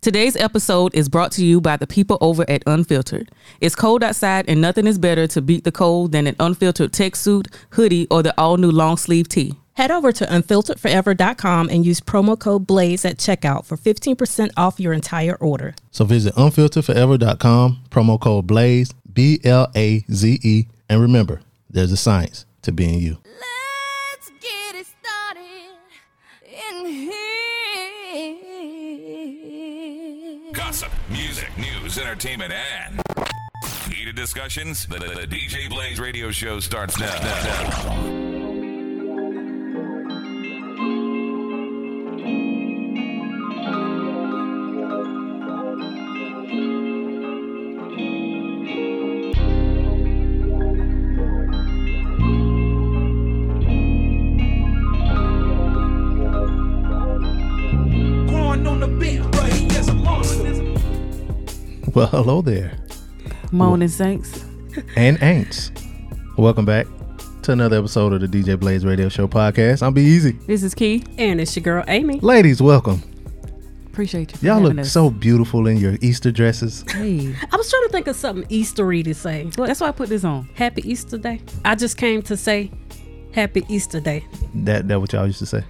Today's episode is brought to you by the people over at Unfiltered. It's cold outside, and nothing is better to beat the cold than an unfiltered tech suit, hoodie, or the all new long sleeve tee. Head over to unfilteredforever.com and use promo code BLAZE at checkout for 15% off your entire order. So visit unfilteredforever.com, promo code BLAZE, B L A Z E, and remember, there's a science to being you. Let's get it started in here. Gossip, music, news, entertainment, and heated discussions. The, the- the DJ Blaze radio show starts now. Going on the bench, but he is a monster. Well, hello there, Moaning Saints. and Aints. Welcome back to another episode of the DJ Blaze Radio Show podcast. I'm Be Easy. This is Key. And it's your girl, Amy. Ladies, welcome. Appreciate you. for Y'all having look us. so beautiful in your Easter dresses. Hey, I was trying to think of something Eastery to say. that's why I put this on. Happy Easter Day. I just came to say Happy Easter Day. that that what y'all used to say.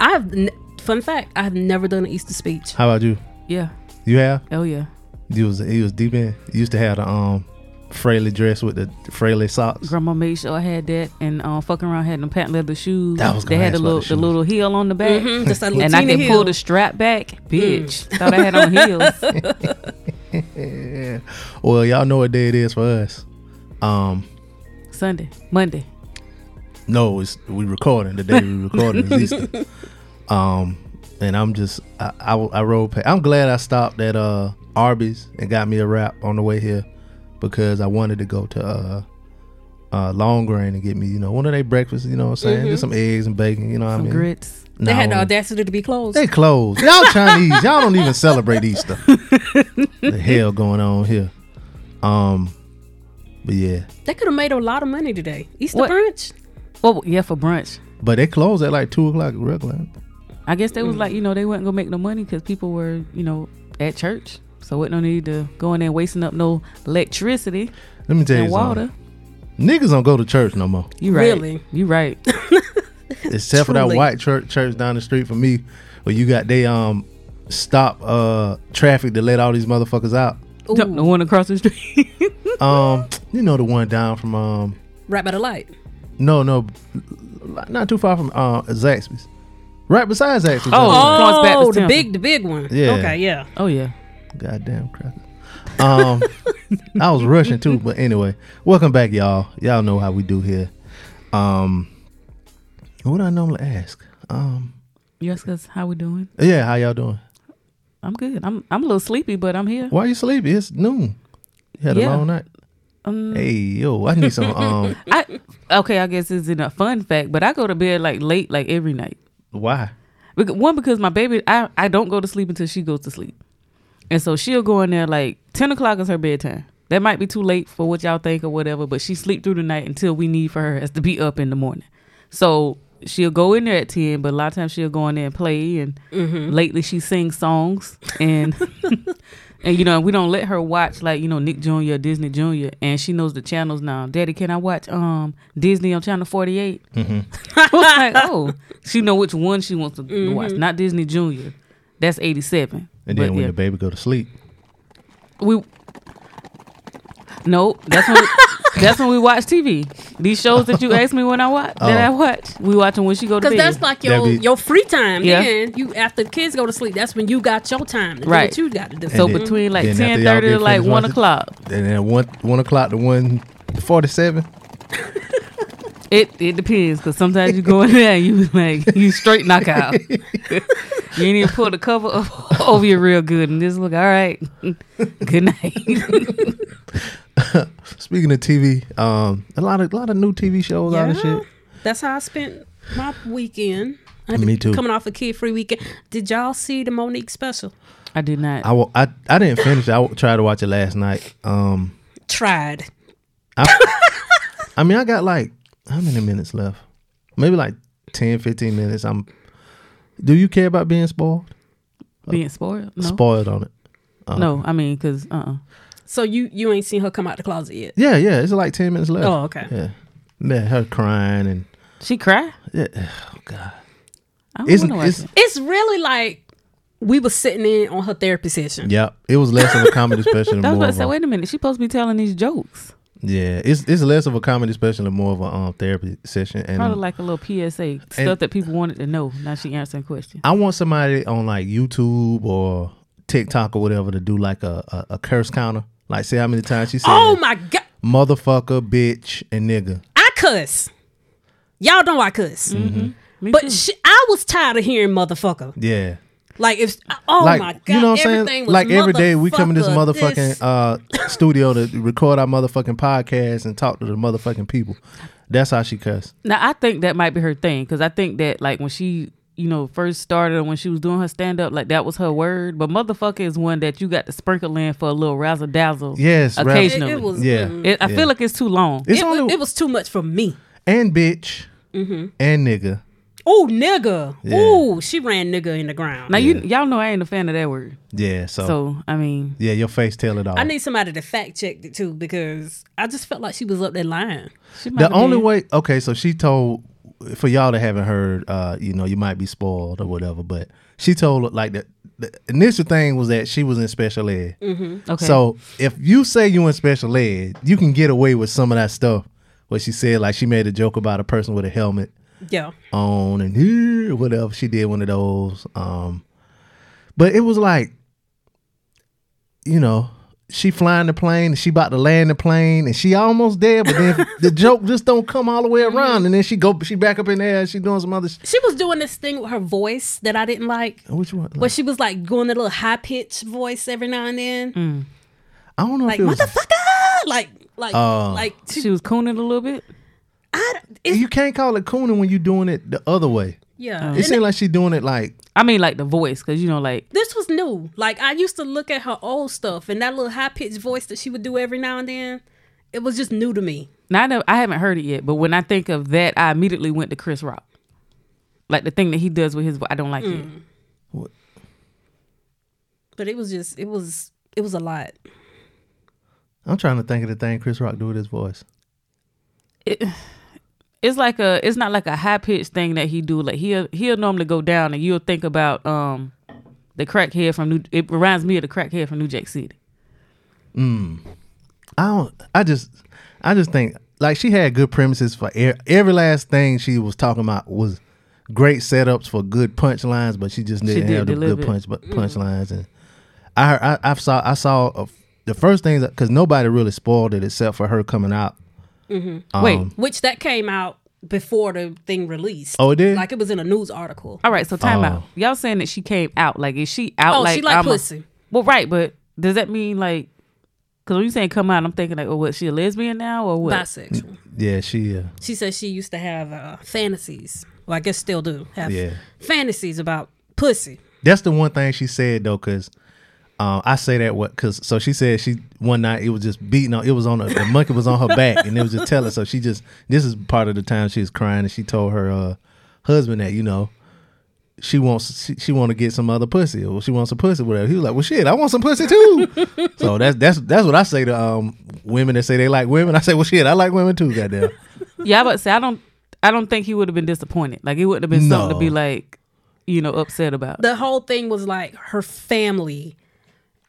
I've, n- fun fact, I've never done an Easter speech. How about you? Yeah. You have? Oh yeah. You was you was deep in. You used to have the um Fraley dress with the Fraley socks. Grandma made sure I had that, and uh, fucking around had them patent leather shoes. That was they gonna had the ask about little the the shoes. Mm-hmm. little heel on the back, Just like Mm-hmm. and I Latina can pull Hill. the strap back. Mm. Bitch, thought I had on heels. Well, y'all know what day it is for us. Um, Sunday, Monday. No, it's we recording the day we recording is Easter. Um, and I'm just I I, I rode. Past. I'm glad I stopped at uh Arby's and got me a wrap on the way here because I wanted to go to uh uh Long Grain and get me you know one of their breakfasts. You know what I'm saying? Just some eggs and bacon. You know what I Some mean? grits. No, They had the audacity to be closed. they closed. Y'all Chinese. y'all don't even celebrate Easter. the hell going on here? Um, but yeah, They could have made a lot of money today. Easter What? brunch? Oh yeah, for brunch. but they closed at like two o'clock. Regular. I guess they was like, you know, they wasn't gonna make no money because people were, you know, at church, so wasn't no need to go in there wasting up no electricity Let me tell and you water. something. Niggas don't go to church no more. You right. Really? You right. except for that Truly. white church church down the street from me, where you got they um stop uh traffic to let all these motherfuckers out. Don't the one across the street. Um, you know the one down from um Right by the light. no no, not too far from uh Zaxby's, right beside Zaxby's. Oh. Florence Baptist the Temple. big, the big one. Yeah. Okay, yeah. oh yeah. goddamn cracker. Um, I was rushing too, but anyway, welcome back, y'all. Y'all know how we do here. Um, what I normally ask. Um, You ask us how we doing? yeah, how y'all doing? I'm good. I'm I'm a little sleepy, but I'm here. Why you sleepy? It's noon. You had Yeah. a long night. Um, Hey yo, I need some. Um, I okay. I guess it's in a fun fact, but I go to bed like late, like every night. why? Bec- One because my baby, I I don't go to sleep until she goes to sleep, and so she'll go in there like ten o'clock is her bedtime. That might be too late for what y'all think or whatever, but she sleep through the night until we need for her as to be up in the morning. So she'll go in there at ten, but a lot of times she'll go in there and play. And lately she sings songs and. And you know, we don't let her watch like, you know, Nick Jr., Disney Jr. And she knows the channels now. Daddy, can I watch um Disney on channel forty Mm-hmm. I was like, oh. She know which one she wants to watch. Not Disney Jr. That's eighty seven. And then when the baby go to sleep, we Nope. That's when we, that's when we watch TV. These shows that you asked me when I watch that I Oh. watch. We watching when she go to Because bed. that's like your That'd be- your free time. Yeah. Then you after the kids go to sleep, that's when you got your time. To do Right. What you got to do. so And then- between like then after y'all ten thirty to get like finished one watching- o'clock. and then one one o'clock to one forty seven. It it depends because sometimes you go in there and you like you straight knockout. you ain't even pull the cover up over you real good and just look all right. good night. Speaking of TV, um, a lot of a lot of new TV shows, all this shit. That's how I spent my weekend. I had Me too. Coming off a kid free weekend. Did y'all see the Monique special? I did not. I, wa- I I didn't finish. it. I wa- tried to watch it last night. Um, Tried. I mean, I got like how many minutes left? Maybe like 10, 15 minutes. I'm. Do you care about being spoiled? Being spoiled? No. Spoiled on it. No, I mean, cause uh, uh So you you ain't seen her come out the closet yet. Yeah, yeah. It's like ten minutes left. Oh, okay. Yeah, yeah. Her crying and she cry. yeah. Oh God. I It's- don't want it's- to watch it. It's really like we were sitting in on her therapy session. Yep. It was less of a comedy special and I was more about to of say, a, wait a minute, she supposed to be telling these jokes. yeah. It's it's less of a comedy special and more of a um therapy session. And Probably like a little PSA stuff that people wanted to know. Now she answering questions. I want somebody on like YouTube or TikTok or whatever to do like a a, a curse counter. Like say how many times she said Oh my god, motherfucker, bitch, and nigga. I cuss. Y'all know I cuss, Mm-hmm. Me but too. she, I was tired of hearing motherfucker. Yeah. Like if oh like my god, you know what I'm everything saying? was Like every day we come in this motherfucker, motherfucking this. uh studio to record our motherfucking podcast and talk to the motherfucking people. That's how she cussed. Now I think that might be her thing because I think that like when she you know first started or when she was doing her stand up like that was her word. But motherfucker is one that you got to sprinkle in for a little razzle dazzle. Yes, razzle- it, occasionally. it was Yeah. It- I Yeah. feel like it's too long. It's it, only was, Mm-hmm. it was too much for me. and bitch and nigga. Oh nigga, Yeah. oh she ran nigga in the ground. now you y'all know I ain't a fan of that word. Yeah, so, So I mean, yeah, your face tell it all. I need somebody to fact check it too because I just felt like she was up there lying. she might the have only been- way okay, so she told for y'all that haven't heard, uh, you know, you might be spoiled or whatever, but she told like the, the initial thing was that she was in special ed. Okay. So if you say you in special ed, you can get away with some of that stuff. What she said, like she made a joke about a person with a helmet Yeah, on and here, whatever. She did one of those. Um, but it was like, you know, she flying the plane and she about to land the plane and she almost there, but then the joke just don't come all the way around. And then she go, she back up in there and she doing some other. Sh- she was doing this thing with her voice that I didn't like. Which one? Like, But she was like going a little high pitched voice every now and then, Mm. I don't know like if it was. motherfucker, like like Oh. like she, she was cooning a little bit. I, it's, you can't call it cooning when you doing it the other way. Oh. yeah. It seemed like she doing it like I mean, like the voice, because you know, like this was new. Like I used to look at her old stuff and that little high pitched voice that she would do every now and then. It was just new to me. Now I, never, I haven't heard it yet, but when I think of that, I immediately went to Chris Rock. Like the thing that he does with his, vo- I don't like Mm. it. But it was just it was it was a lot. I'm trying to think of the thing Chris Rock do with his voice. It's like a, it's not like a high pitched thing that he do. Like he'll he'll normally go down, and you'll think about um the crackhead from New. It reminds me of the crackhead from New Jack City. I don't. I just, I just think like she had good premises for e- every last thing she was talking about was great setups for good punchlines, but she just didn't did have the deliver it. good Mm-hmm. punch but punchlines. And I, heard, I, I saw, I saw a f the first things because nobody really spoiled it except for her coming out. Mm-hmm. Um, Wait, Which that came out before the thing released. Oh, it did? Like it was in a news article. all right, so time out. Y'all saying that she came out? Like is she out? Oh, like she like I'm a- pussy. well, right, but does that mean like? Because when you saying come out, I'm thinking like, oh, what? She a lesbian now or what? Bisexual. Yeah, she. Uh, She said she used to have uh, fantasies. Well, I guess still do have Yeah. fantasies about pussy. That's the one thing she said though, because um, I say that what because so she said she one night it was just beating on it was on her, the monkey was on her back and it was just telling so she just this is part of the time she was crying and she told her uh, husband that you know she wants she, she want to get some other pussy or she wants some pussy whatever he was like well shit I want some pussy too so that's that's that's what I say to um women that say they like women I say well shit I like women too goddamn Yeah, I about to say I don't I don't think he would have been disappointed. Like it wouldn't have been something to be No. like, you know, upset about. The whole thing was like her family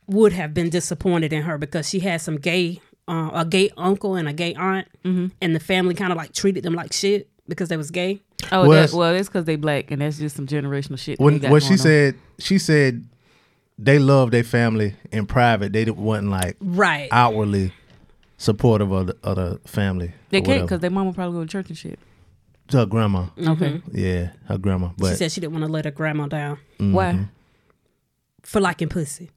would have been disappointed in her because she had some gay, uh, a gay uncle and a gay aunt, Mm-hmm. and the family kind of like treated them like shit because they was gay. oh, Well, that, it's- well, that's because they black and that's just some generational shit. that they when got what she going on. said she said they love their family in private they didn't wasn't like Right. outwardly supportive of the, of the family. they or can't because whatever. their mama probably go to church and shit. her grandma. Okay, Yeah, her grandma. Mm-hmm. she But said she didn't want to let her grandma down Mm-hmm. why? for liking pussy.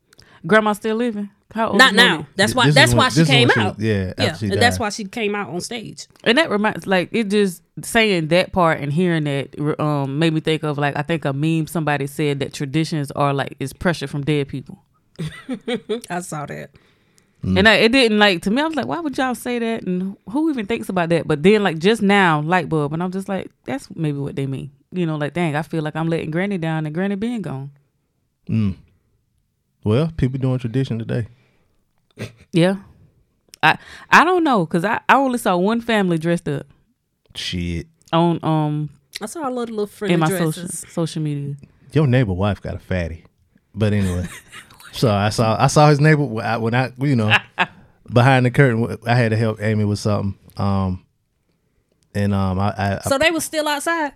Grandma still living? How old Not is Monique? now. That's Th- why. this is That's when- why she this is when came she was- out. yeah, Yeah. after she That's died. why she came out on stage. And that reminds, like, it just saying that part and hearing that re- um made me think of like I think a meme somebody said that traditions are like is pressure from dead people. I saw that. And I, it didn't like to me. I was like, why would y'all say that? And who even thinks about that? But then, like just now, light bulb, and I'm just like, that's maybe what they mean. You know, like dang, I feel like I'm letting Granny down and Granny being gone. Well, people doing tradition today. Yeah. I I don't know because I, I only saw one family dressed up Shit. on um I saw a lot of little friendly in my social dresses. social media. Your neighbor wife got a fatty. But anyway, so I saw I saw his neighbor when I, when I you know behind the curtain. I had to help Amy with something. Um, and um, I, I, I So they were still outside.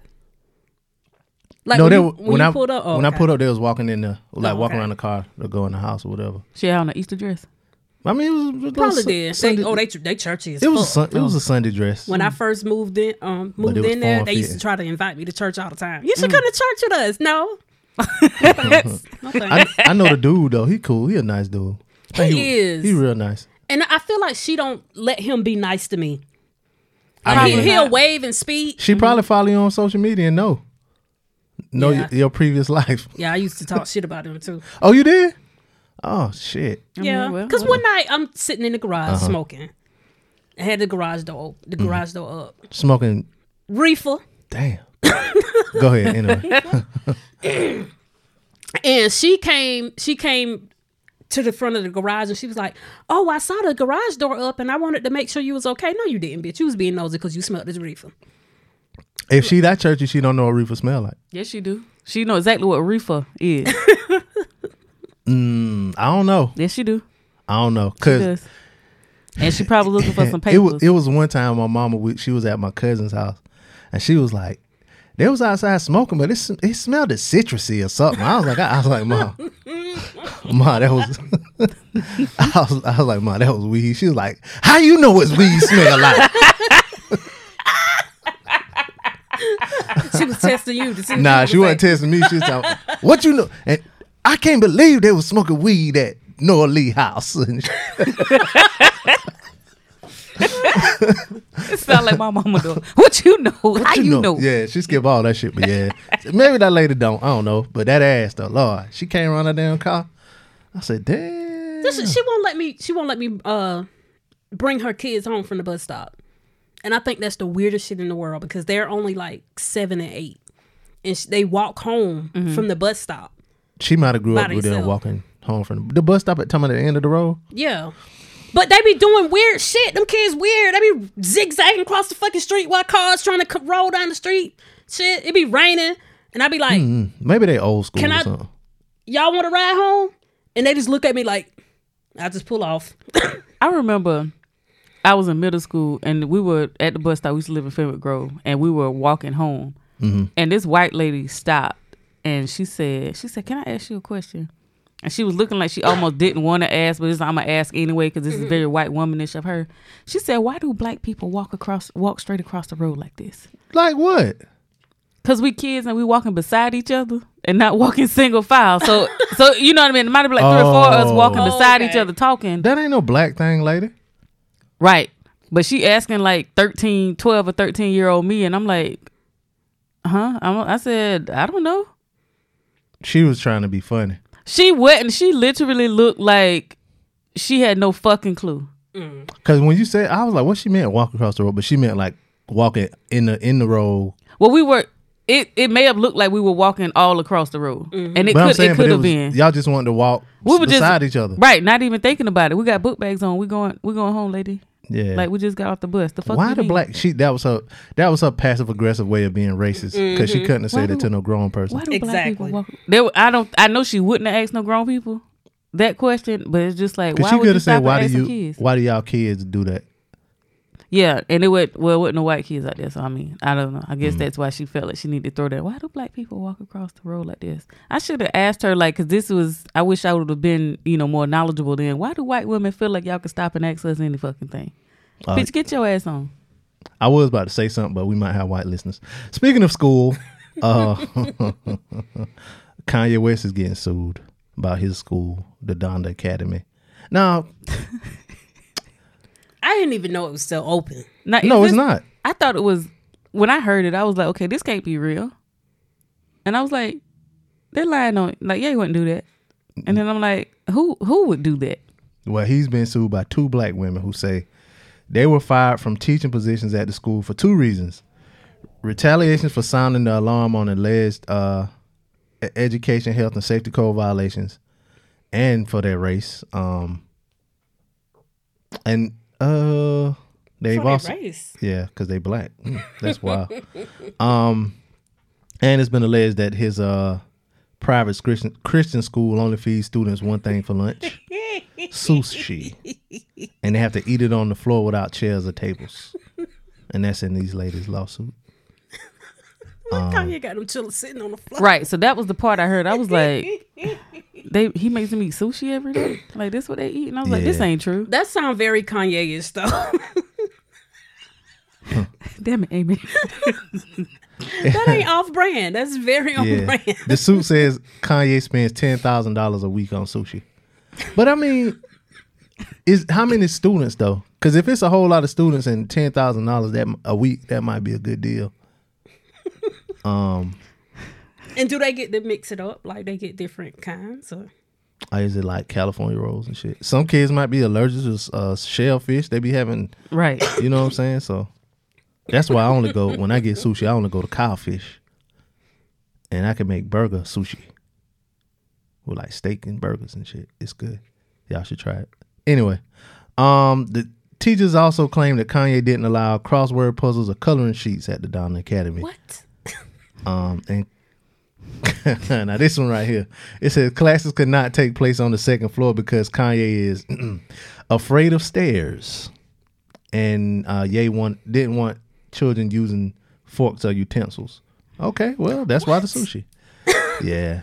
Like no, when, they you, were- when you I pulled up. Oh, when I okay. pulled up, they was walking in the like Oh, walking okay. around the car to go in the house or whatever. She had on an Easter dress. I mean, it was, it was probably Sun- did. They, Sunday- oh, they they churchy as it was a, fuck. sun- it was a Sunday dress. when I first moved in, um, But moved it was in there, form they used to fitting. try to invite me to church all the time. You should come to church with us. No, No thanks. I, I know the dude though. He cool. He a nice dude. I think He is. He real nice. and I feel like she don't let him be nice to me. I He, mean, he'll wave and speak. she probably follow you on social media and know know Yeah. your, your previous life. Yeah, I used to talk shit about him too. Oh, you did? Oh shit. Yeah, well, because one night I'm sitting in the garage Uh-huh. smoking. I had the garage door, op- Mm-hmm. the garage door up, Smoking. reefer, Damn. Go ahead. Anyway. and she came. She came to the front of the garage, and she was like, "Oh, I saw the garage door up, and I wanted to make sure you was okay. No, you didn't, bitch. You was being nosy because you smelled this reefer." if she that churchy, she don't know what reefer smell like. Yes, she do. She know exactly what reefer is. I don't know. yes, she do. I don't know. She Cause does. And she probably looking for some papers. it was it was one time my mama we, she was at my cousin's house and she was like they was outside smoking but it, sm- it smelled of citrusy or something I was like I, I was like mom ma that was I was I was like ma that was weed she was like how you know it's weed smell like She was testing you to see. if nah you she was wasn't testing me she was like what you know and I can't believe they was smoking weed at Nora Lee house and she- it sound like my mama though. What you know? How But you, know? Yeah, she skip all that shit, but yeah. Maybe that lady don't. I don't know. But that ass though, Lord, she came around that damn car. I said, damn. This is- she won't let me. She won't let me uh, bring her kids home from the bus stop, and I think that's the weirdest shit in the world because they're only like seven and eight, and sh- they walk home from the bus stop. she might have grew up By with them herself. walking home from the, the bus stop at time at the end of the road. Yeah, but they be doing weird shit. Them kids weird. They be zigzagging across the fucking street while cars trying to c- roll down the street. Shit, it be raining, and I be like, Mm-hmm. Maybe they old school Can or I- something. "Y'all want to ride home?" And they just look at me like, "I just pull off." I remember I was in middle school and we were at the bus stop. We used to live in Fenwick Grove and we were walking home. And this white lady stopped and she said, "She said, can I ask you a question?" And she was looking like she almost didn't want to ask, but it's I'm gonna ask anyway because this is Mm-hmm. very white womanish of her. She said, "Why do black people walk across, walk straight across the road like this? Like what? Cause we kids and we walking beside each other and not walking single file. So, so you know what I mean? It might have been like three or four of us walking Oh. beside each Okay. other talking, That ain't no black thing, lady. Right. But she asking like 13, 12 or 13 year old me. And I'm like, huh? I'm, I said, I don't know. She was trying to be funny. She went and she literally looked like she had no fucking clue. Cause when you said I was like, what she meant walk across the road, but she meant like walking in the in the road. Well, we were, it, it may have looked like we were walking all across the road. And it But I'm could, saying, it but could have was, been. y'all just wanted to walk we were beside just, each other. Right. Not even thinking about it. We got book bags on. We going, we going home, lady. Yeah. Like we just got off the bus. The fuck Why you the mean? black she that was her that was her passive aggressive way of being racist because she couldn't have said it to no grown person. Mm-hmm. Why do black people Exactly. walk? There, were- I don't. I know she wouldn't have asked no grown people that question, but it's just like Because why she would could you have stop said, and "Why ask do some you? kids? Why do y'all kids do that?" Yeah, and it would well, it wasn't no white kids out there, so I mean, I don't know. I Mm. guess that's why she felt like she needed to throw that. Why do black people walk across the road like this? I should have asked her like, because this was. I wish I would have been you know more knowledgeable then. Why do white women feel like y'all can stop and ask us any fucking thing? Uh, Bitch, get your ass on. I was about to say something, but we might have white listeners. Speaking of school, uh, Kanye West is getting sued about his school, the Donda Academy. Now, I didn't even know it was still open. Now, is no, it's this- not. I thought it was when I heard it, I was like, okay, this can't be real. And I was like, they're lying on like, yeah, you wouldn't do that. And then I'm like, who who would do that? Well, he's been sued by two black women who say they were fired from teaching positions at the school for two reasons retaliation for sounding the alarm on alleged uh, e- education, health, and safety code violations, and for their race. Um, and uh, they've also race. yeah, because they black. Mm, That's wild. um, and it's been alleged that his uh private Christian Christian school only feeds students one thing for lunch: sushi, and they have to eat it on the floor without chairs or tables. And that's in these ladies' lawsuit. Um, Kanye got them children sitting on the floor. Right. So that was the part I heard. I was like, they he makes them eat sushi every day. Like this what they eat, and I was like, this Yeah. ain't true. That sound very Kanye-ish though. Damn it, Amy. that ain't off brand. That's very on Yeah, brand. the suit says Kanye spends ten thousand dollars a week on sushi. But I mean, is how many students though? Because if it's a whole lot of students and ten thousand dollars that m- a week, that might be a good deal. And do they get to mix it up? Like they get different kinds or I use it like California rolls and shit. Some kids might be allergic to uh, shellfish. They be having, right. you know what I'm saying? So that's why I only go when I get sushi. I only go to codfish, and I can make burger sushi with like steak and burgers and shit. It's good. Y'all should try it. Anyway, um, the teachers also claim that Kanye didn't allow crossword puzzles or coloring sheets at the Donna Academy. what? Um, and now this one right here, it says classes could not take place on the second floor because Kanye is afraid of stairs, and uh, Ye want didn't want children using forks or utensils. Okay, well that's why the sushi. yeah,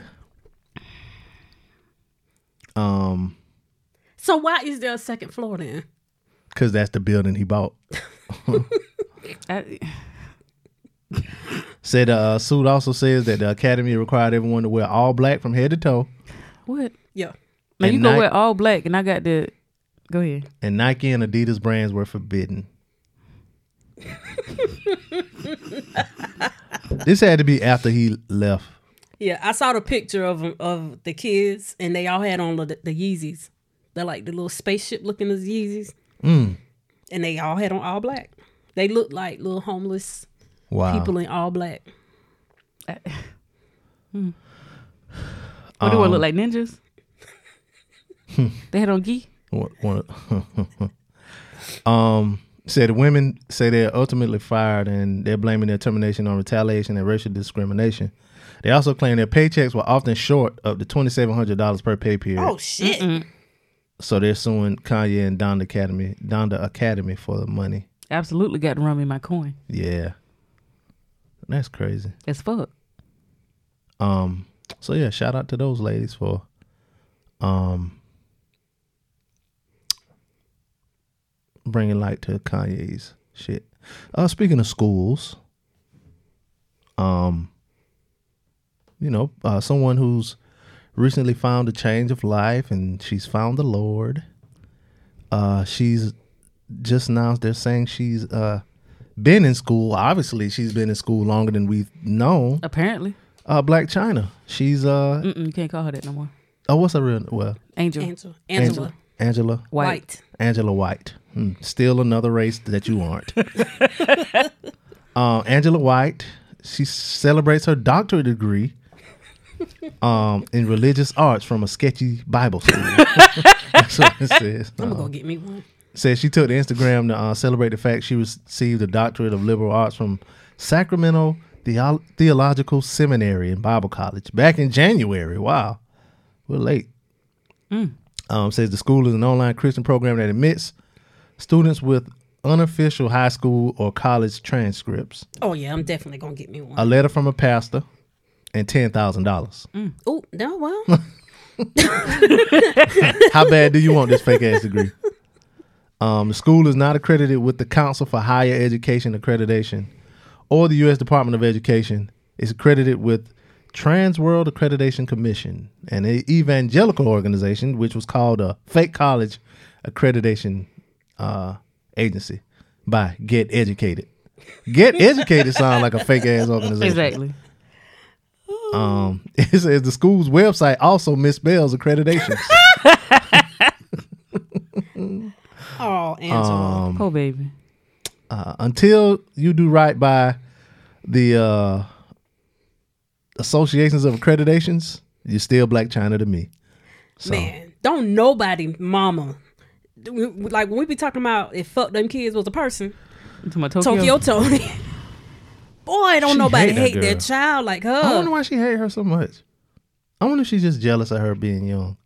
So why is there a second floor then? because that's the building he bought. I, Said uh, suit also says that the academy required everyone to wear all black from head to toe, what? Yeah. Now And you go night- wear all black, and I got the. Go ahead. and Nike and Adidas brands were forbidden. this had to be after he left. Yeah, I saw the picture of 'em- of the kids and they all had on the, the Yeezys. They're like the little spaceship looking as Yeezys. Mm. And they all had on all black. They looked like little homeless Wow. people in all black. What do Um, I look like ninjas? hmm. they had on gi. Wa- wanna- um, said women say they're ultimately fired and they're blaming their termination on retaliation and racial discrimination. They also claim their paychecks were often short of the twenty seven hundred dollars per pay period. Oh shit. So they're suing Kanye and Donda Academy, Donda Academy for the money. Absolutely got rum in my coin. Yeah, that's crazy. As fuck. Um, so yeah, shout out to those ladies for um bringing light to Kanye's shit. Uh, speaking of schools, um, you know, uh, someone who's recently found a change of life and she's found the Lord. Uh, she's just now they're saying she's uh been in school. Obviously, she's been in school longer than we've known Apparently, uh Black China. She's uh Mm-mm, you can't call her that no more. oh what's her real well Angel. Angela. Angela. Angela White. White. Angela White. Hmm. Still another race that you aren't. uh, Angela White. She celebrates her doctorate degree um, in religious arts from a sketchy Bible school. That's what it says. I'm gonna Uh, go get me one. says she took to Instagram to uh, celebrate the fact she received a doctorate of liberal arts from Sacramento Theo- Theological Seminary and Bible College back in January. Wow, we're late. Um, says the school is an online Christian program that admits students with unofficial high school or college transcripts, Oh yeah, I'm definitely gonna get me one. a letter from a pastor, and ten thousand dollars. oh no, well, How bad do you want this fake ass degree? Um, the school is not accredited with the Council for Higher Education Accreditation or the U.S. Department of Education. It's accredited with Trans World Accreditation Commission, an e-, evangelical organization which was called a fake college accreditation uh, agency by Get Educated. Get Educated sounds like a fake ass organization. Exactly. Um, it says the school's website also misspells accreditation. oh Angela, Um, oh baby. uh, until you do right by the uh, associations of accreditations, you're still Black China to me. Man, don't nobody mama. we- we- Like when we be talking about if fuck them kids was a person, To my Tokyo. Tokyo Tony. Boy, don't She nobody hate that hate that, girl. child like I wonder her. why she hated her so much. I wonder if she's just jealous of her being young.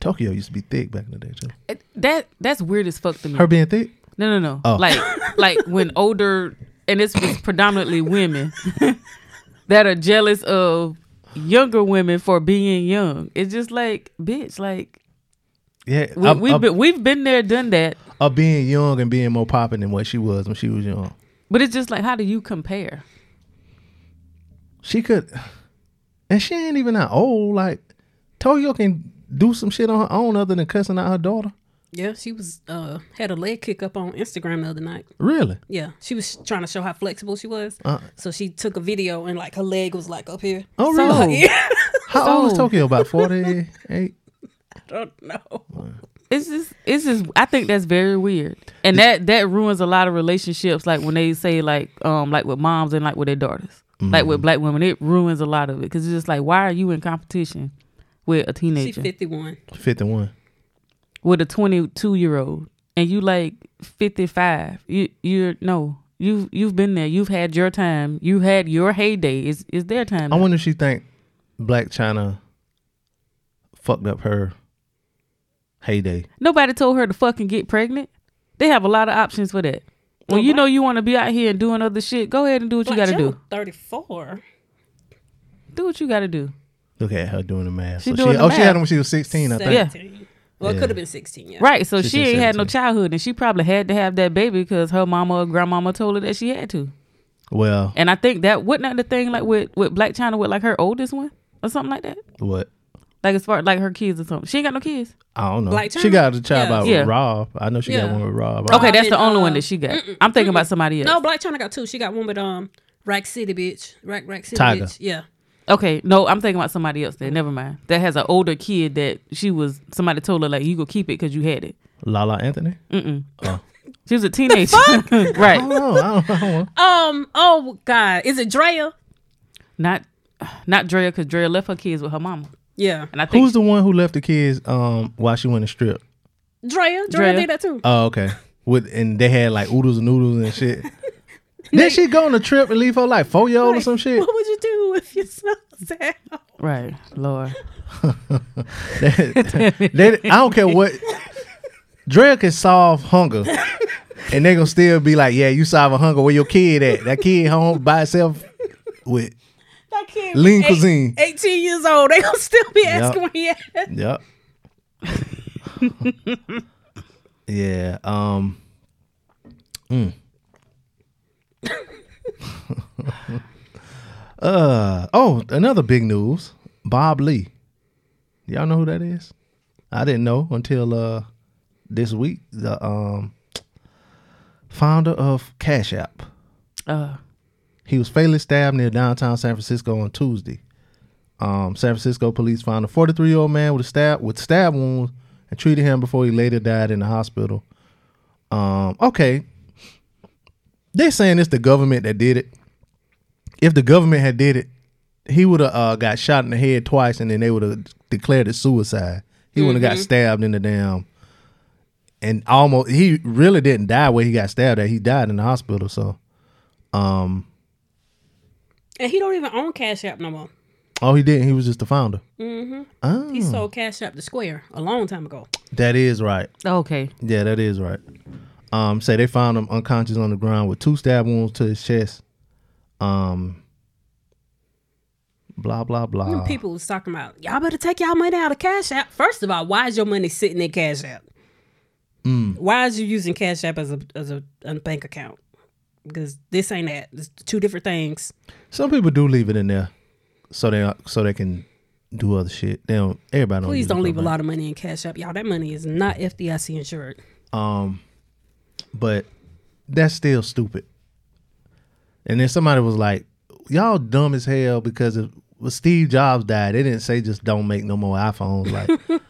Tokyo used to be thick back in the day too. That that's weird as fuck to me. Her being thick. No, no, no. Oh. Like, like when older, and this is predominantly women that are jealous of younger women for being young. It's just like, bitch, like Yeah, we, of- we've of- been we've been there, done that. of being young and being more popping than what she was when she was young. But it's just like, how do you compare? She could, and she ain't even that old. Like Tokyo can do some shit on her own other than cussing out her daughter. Yeah, she was uh had a leg kick up on Instagram the other night. Really? Yeah, she was trying to show how flexible she was. Uh. so she took a video and like her leg was like up here. Oh, So- really? How old is So- Tokyo? About forty-eight. I don't know. It's just, it's just. I think that's very weird, and that that ruins a lot of relationships. Like when they say like, um, like with moms and like with their daughters, like with black women, it ruins a lot of it because it's just like, why are you in competition with a She teenager? 51. 51. with a 22 year old and you like 55 you you're no you've you've been there you've had your time you had your heyday it's, it's their time I now. wonder if she think Black China fucked up her heyday. nobody told her to fucking get pregnant they have a lot of options for that when you know you want to be out here and doing other shit go ahead and do what you Black gotta China, do 34. do what you gotta do Look at her doing the math. She So doing the oh, she had math. them when she was 16, I think. Yeah. 17. Well, it Yeah. could have been 16. Yeah. right so She she, said ain't had no 17. childhood and she probably had to have that baby because her mama or grandmama told her that she had to Well, and i think that wasn't that the thing like with with black china with like her oldest one or something like that what? like as far like her kids or something she ain't got no kids I don't know. Black she China? got a child Yeah. about Yeah. Rob. I know she got Yeah. one with Rob. Okay, Rob- that's the and, only uh, one that she got. I'm thinking about somebody else. No, Black China got two. She got one with um Rack City bitch. Rack Rack City Tiger. bitch. Yeah. Okay, no, I'm thinking about somebody else. Then never mind. That has an older kid that she was. Somebody told her like you go keep it because you had it. Lala Anthony? She was a teenager, right? No, I don't know. Um. Oh God. Is it Drea? Not, not Drea because Drea left her kids with her mama, Yeah. and I think Who's the one who left the kids um while she went to strip? Drea. Drea, Drea. did that too. Oh, okay. With and they had like oodles and noodles and shit. Then she go on a trip and leave her like four year old or some shit. What would you do if you smelled sad? right, Lord. They, I don't care what. Drea can solve hunger, and they gonna still be like, "Yeah, you solve a hunger. Where your kid at? That kid home by itself with That kid. was lean eight- cuisine. 18 years old. They gonna still be asking where he at. Yep. yeah. Um. mm. uh. Oh, another big news. Bob Lee. Y'all know who that is? I didn't know until uh this week. The um founder of Cash App. Uh, He was fatally stabbed near downtown San Francisco on Tuesday. Um, San Francisco police found a 43 year old man with a stab with stab wounds and treated him before he later died in the hospital. Um, okay, they saying it's the government that did it. If the government had did it, he would have uh, got shot in the head twice, and then they would have declared it suicide. He would have got stabbed in the damn, and almost he really didn't die where he got stabbed at. He died in the hospital. So, um, And he don't even own Cash App no more. Oh, he didn't. He was just the founder. He Hmm. sold Cash App to Square a long time ago. That is right. okay, Yeah, that is right. Um, say they found him unconscious on the ground with two stab wounds to his chest. Um, blah blah blah. People was talking about y'all better take y'all money out of Cash App. First of all, why is your money sitting in Cash App? Hmm. Why is you using Cash App as a as a, a bank account? Because this ain't that. It's two different things. Some people do leave it in there, so they so they can do other shit. They don't. Everybody don't. Please use don't it leave a for lot of money in Cash App, y'all. That money is not FDIC insured. Um, but that's still stupid. And then somebody was like, "Y'all dumb as hell because if when Steve Jobs died, they didn't say just don't make no more iPhones." Like,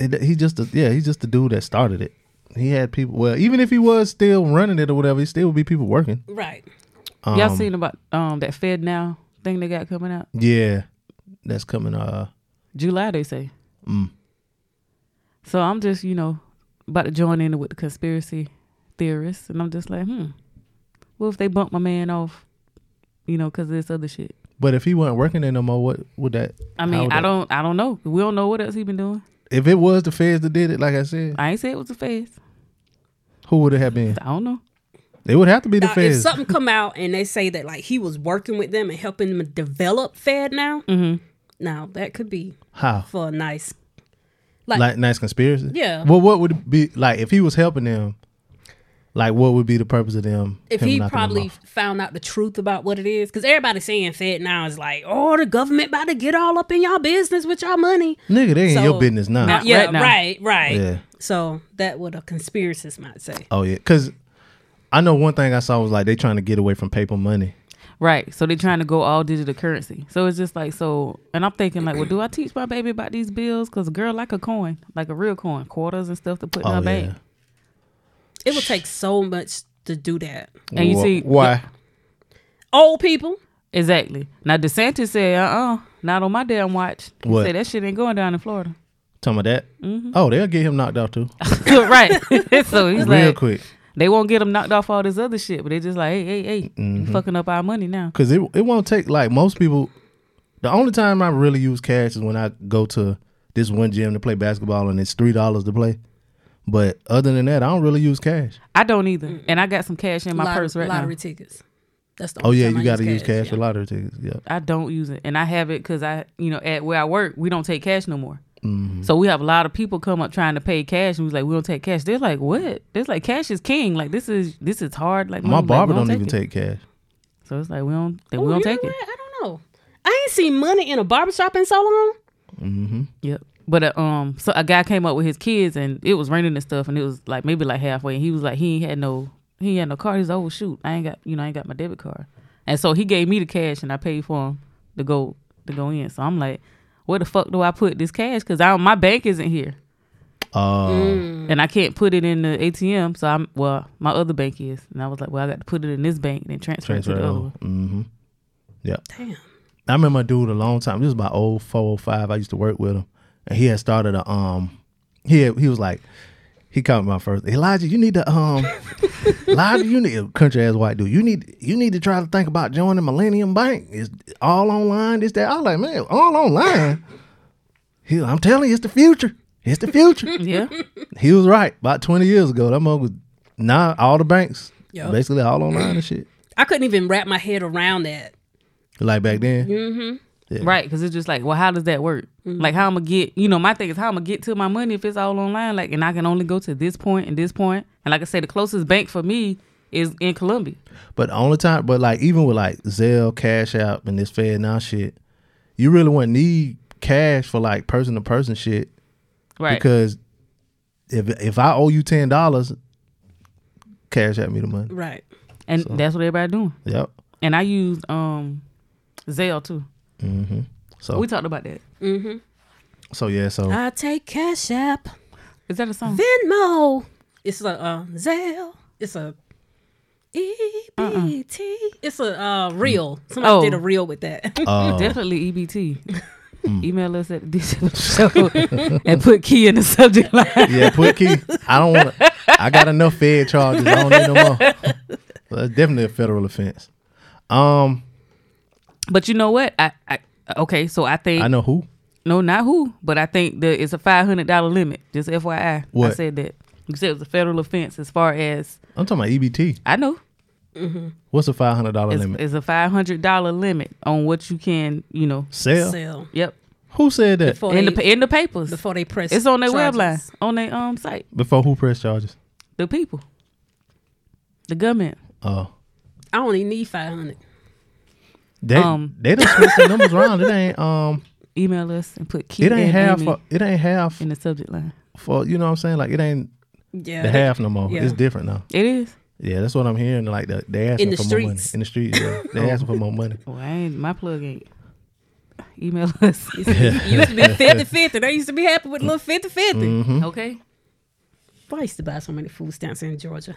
it, he just a, yeah, he's just the dude that started it. He had people. Well, even if he was still running it or whatever, he still would be people working. Right. y'all seen about um that Fed now thing they got coming out Yeah, that's coming. Uh, July? They say Mm. So I'm just, you know, about to join in with the conspiracy theorists, and I'm just like, hmm, what if they bump my man off, you know, because of this other shit? But if he wasn't working there no more, what would that? I how mean, would I that- don't, I don't know. We don't know what else he been doing. If it was the feds that did it, like I said, I ain't say it was the feds. who would it have been? I don't know. It would have to be the Now, if feds. something come out and they say that like he was working with them and helping them develop Fed now, mm-hmm. now that could be How? for a nice. Like nice conspiracy. Yeah. Well, what would it be like if he was helping them? Like, what would be the purpose of them? If him he knocking them probably off? found out the truth about what it is, because everybody saying Fed now is like, oh, the government about to get all up in y'all business with y'all money. nigga, they ain't So- your business Uh-huh. now. Not yeah, right now. right, right. Yeah. So that what a conspiracist might say. Oh yeah, because I know one thing I saw was like they trying to get away from paper money. Right. So they trying to go all digital currency. So it's just like so, and I'm thinking like, well, do I teach my baby about these bills? Because girl, like a coin, like a real coin, quarters and stuff to put in Oh her yeah. bank. It would take so much to do that. And you Wh- see why? Old people, exactly. Now DeSantis said, uh, uh not on my damn watch. He What? said that shit ain't going down in Florida. Talking about that. Mm-hmm. Oh, they'll get him knocked out too, right. so he's real like, quick. they won't get them knocked off all this other shit, but they just like, hey, hey, hey, you Mm-hmm. fucking up our money now. Cause it it won't take like most people. The only time I really use cash is when I go to this one gym to play basketball and it's three dollars to play. But other than that, I don't really use cash. I don't either, and I got some cash in my lot- purse right now. lottery tickets. That's the Oh only yeah, time you I got to use cash yeah. for lottery tickets. Yeah, I don't use it, and I have it because I, you know, at where I work, we don't take cash no more. Mm-hmm. So we have a lot of people come up trying to pay cash, and we was like, we don't take cash. They're like, what? They're like, cash is king. Like this is this is hard. Like my money. Like, barber we don't even it. take cash. So it's like we don't, they, Ooh, we don't you know take it. what? I don't know. I ain't seen money in a barbershop in so long. Yep. But uh, um, so a guy came up with his kids, and it was raining and stuff, and it was like maybe like halfway, and he was like, he ain't had no, he ain't had no card. He's like, oh shoot, I ain't got, you know, I ain't got my debit card, and so he gave me the cash, and I paid for him to go to go in. So I'm like, where the fuck do I put this cash? Because I don't- my bank isn't here, Uh, and I can't put it in the ATM. So I'm well, my other bank is, and I was like, well, I got to put it in this bank and then transfer, it transfer. to the other. one. Mm-hmm. Yeah. Damn. I remember a dude a long time. This was my old four or five. I used to work with him, and he had started a um. He had, he was like, he called me my first. Elijah, you need to um. Elijah, you need a country ass white dude. You need you need to try to think about joining Millennium Bank. It's all online. This that. I was like, man, all online. He, I'm telling you, it's the future. It's the future. Yeah, he was right. About twenty years ago, that mug was now all the banks basically all online and shit. I couldn't even wrap my head around that. Like back then. right. Because it's just like, well, how does that work? Mm-hmm. Like, how I'm gonna get? You know, my thing is how I'm gonna get to my money if it's all online. Like, and I can only go to this point and this point. And like I say, the closest bank for me is in Columbia. But the only time, but like even with like Zelle, Cash App, and this Fed now shit, you really wouldn't need cash for like person to person shit Right. because if if I owe you ten dollars, Cash App me the money. Right. and that's what everybody doing. Yep. And I used um Zelle too. Mm-hmm. So We talked about that. so yeah. So I take Cash App, Is that a song? Venmo. It's a uh, Zelle. It's a EBT. It's a uh, reel. Somebody Uh-uh. Oh. did a reel with that. Definitely EBT. Mm. Email us at the show and put key in the subject line. yeah, put key. I don't want. to I got enough Fed charges. I don't need no more. Well, that's definitely a federal offense. Um, But you know what? I, I okay. So I think I know who. No, not who, but I think that it's a five hundred dollar limit. Just FYI, I What? said that. You said it was a federal offense as far as I'm talking about E EBT. I know. What's a five hundred dollar It's, limit? it's a five hundred dollar limit on what you can, you know. Sell. Zelle. Yep. Who said that? Before In they, the pa- in the papers, before they press. it's on their web charges. line, on their um site. Before who pressed charges? The people, the government. Oh. I only need five hundred. They Um, they done switched the numbers around. It ain't um Email us and put key it ain't and half Amy for it ain't half in the subject line. for you know what I'm saying like it ain't Yeah. the half no more. yeah. It's different now. It is. Yeah, that's what I'm hearing. Like the, they asking the for more money streets. in the streets. Yeah, they asking for more money. Well, I ain't, my plug ain't. Email us. It used to be 50 50. They used to be happy with a little 50 50. Mm-hmm. Okay. Boy, I used to buy so many food stamps in Georgia.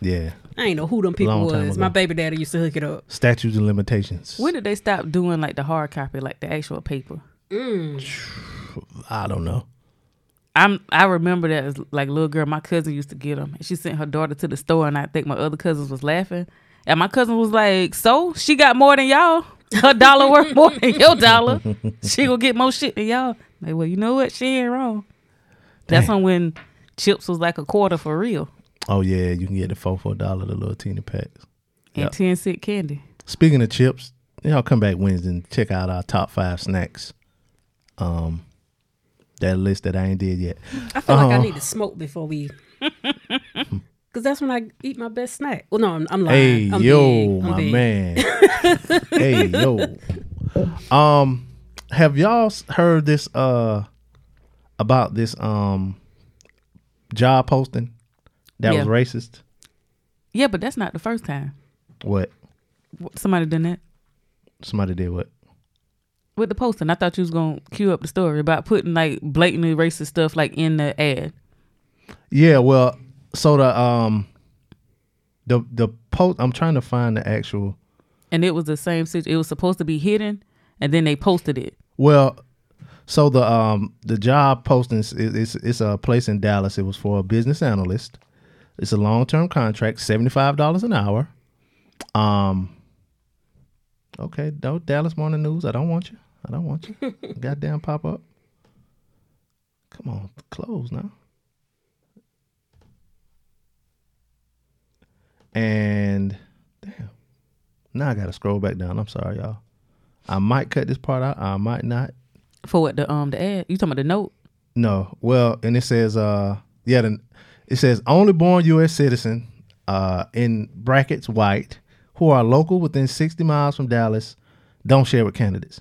Yeah, I ain't know who them people Long time was. ago. My baby daddy used to hook it up. statutes and limitations. When did they stop doing like the hard copy, like the actual paper? I don't know. I'm I remember that as like little girl. My cousin used to get them. She sent her daughter to the store, and I think my other cousins was laughing. And my cousin was like, "So she got more than y'all. Her dollar worth more than your dollar. She gonna get more shit than y'all." Like, well, you know what? She ain't wrong. That's Damn. on when chips was like a quarter for real, Oh yeah, you can get the four for a dollar the little teeny packs. and Yep. ten cent candy. Speaking of chips, y'all come back Wednesday and check out our top five snacks. Um, that list that I ain't did yet. I feel like Uh-huh. I need to smoke before we. Because that's when I eat my best snack. Well, no, I'm, I'm lying. Hey I'm yo, big. I'm my big. man. hey yo. Um, have y'all s- heard this? Uh, about this um job posting that Yeah. was racist. Yeah, but that's not the first time What W- somebody done that somebody did? What? with the posting. I thought you was gonna cue up the story about putting like blatantly racist stuff like in the ad. Yeah, well, so the um the the post I'm trying to find the actual and it was the same situation. It was supposed to be hidden, and then they posted it. well so the um the job postings is it's it's a place in Dallas. It was for a business analyst. It's a long term contract, seventy five dollars an hour. Um Okay, no Dallas morning news. I don't want you. I don't want you. Goddamn pop up. Come on, close now. And damn. Now I gotta scroll back down. I'm sorry, y'all. I might cut this part out. I might not. For what the um the ad? You talking about the note? No. Well, and it says uh yeah, the, it says only born US citizen uh in brackets white who are local within 60 miles from Dallas don't share with candidates.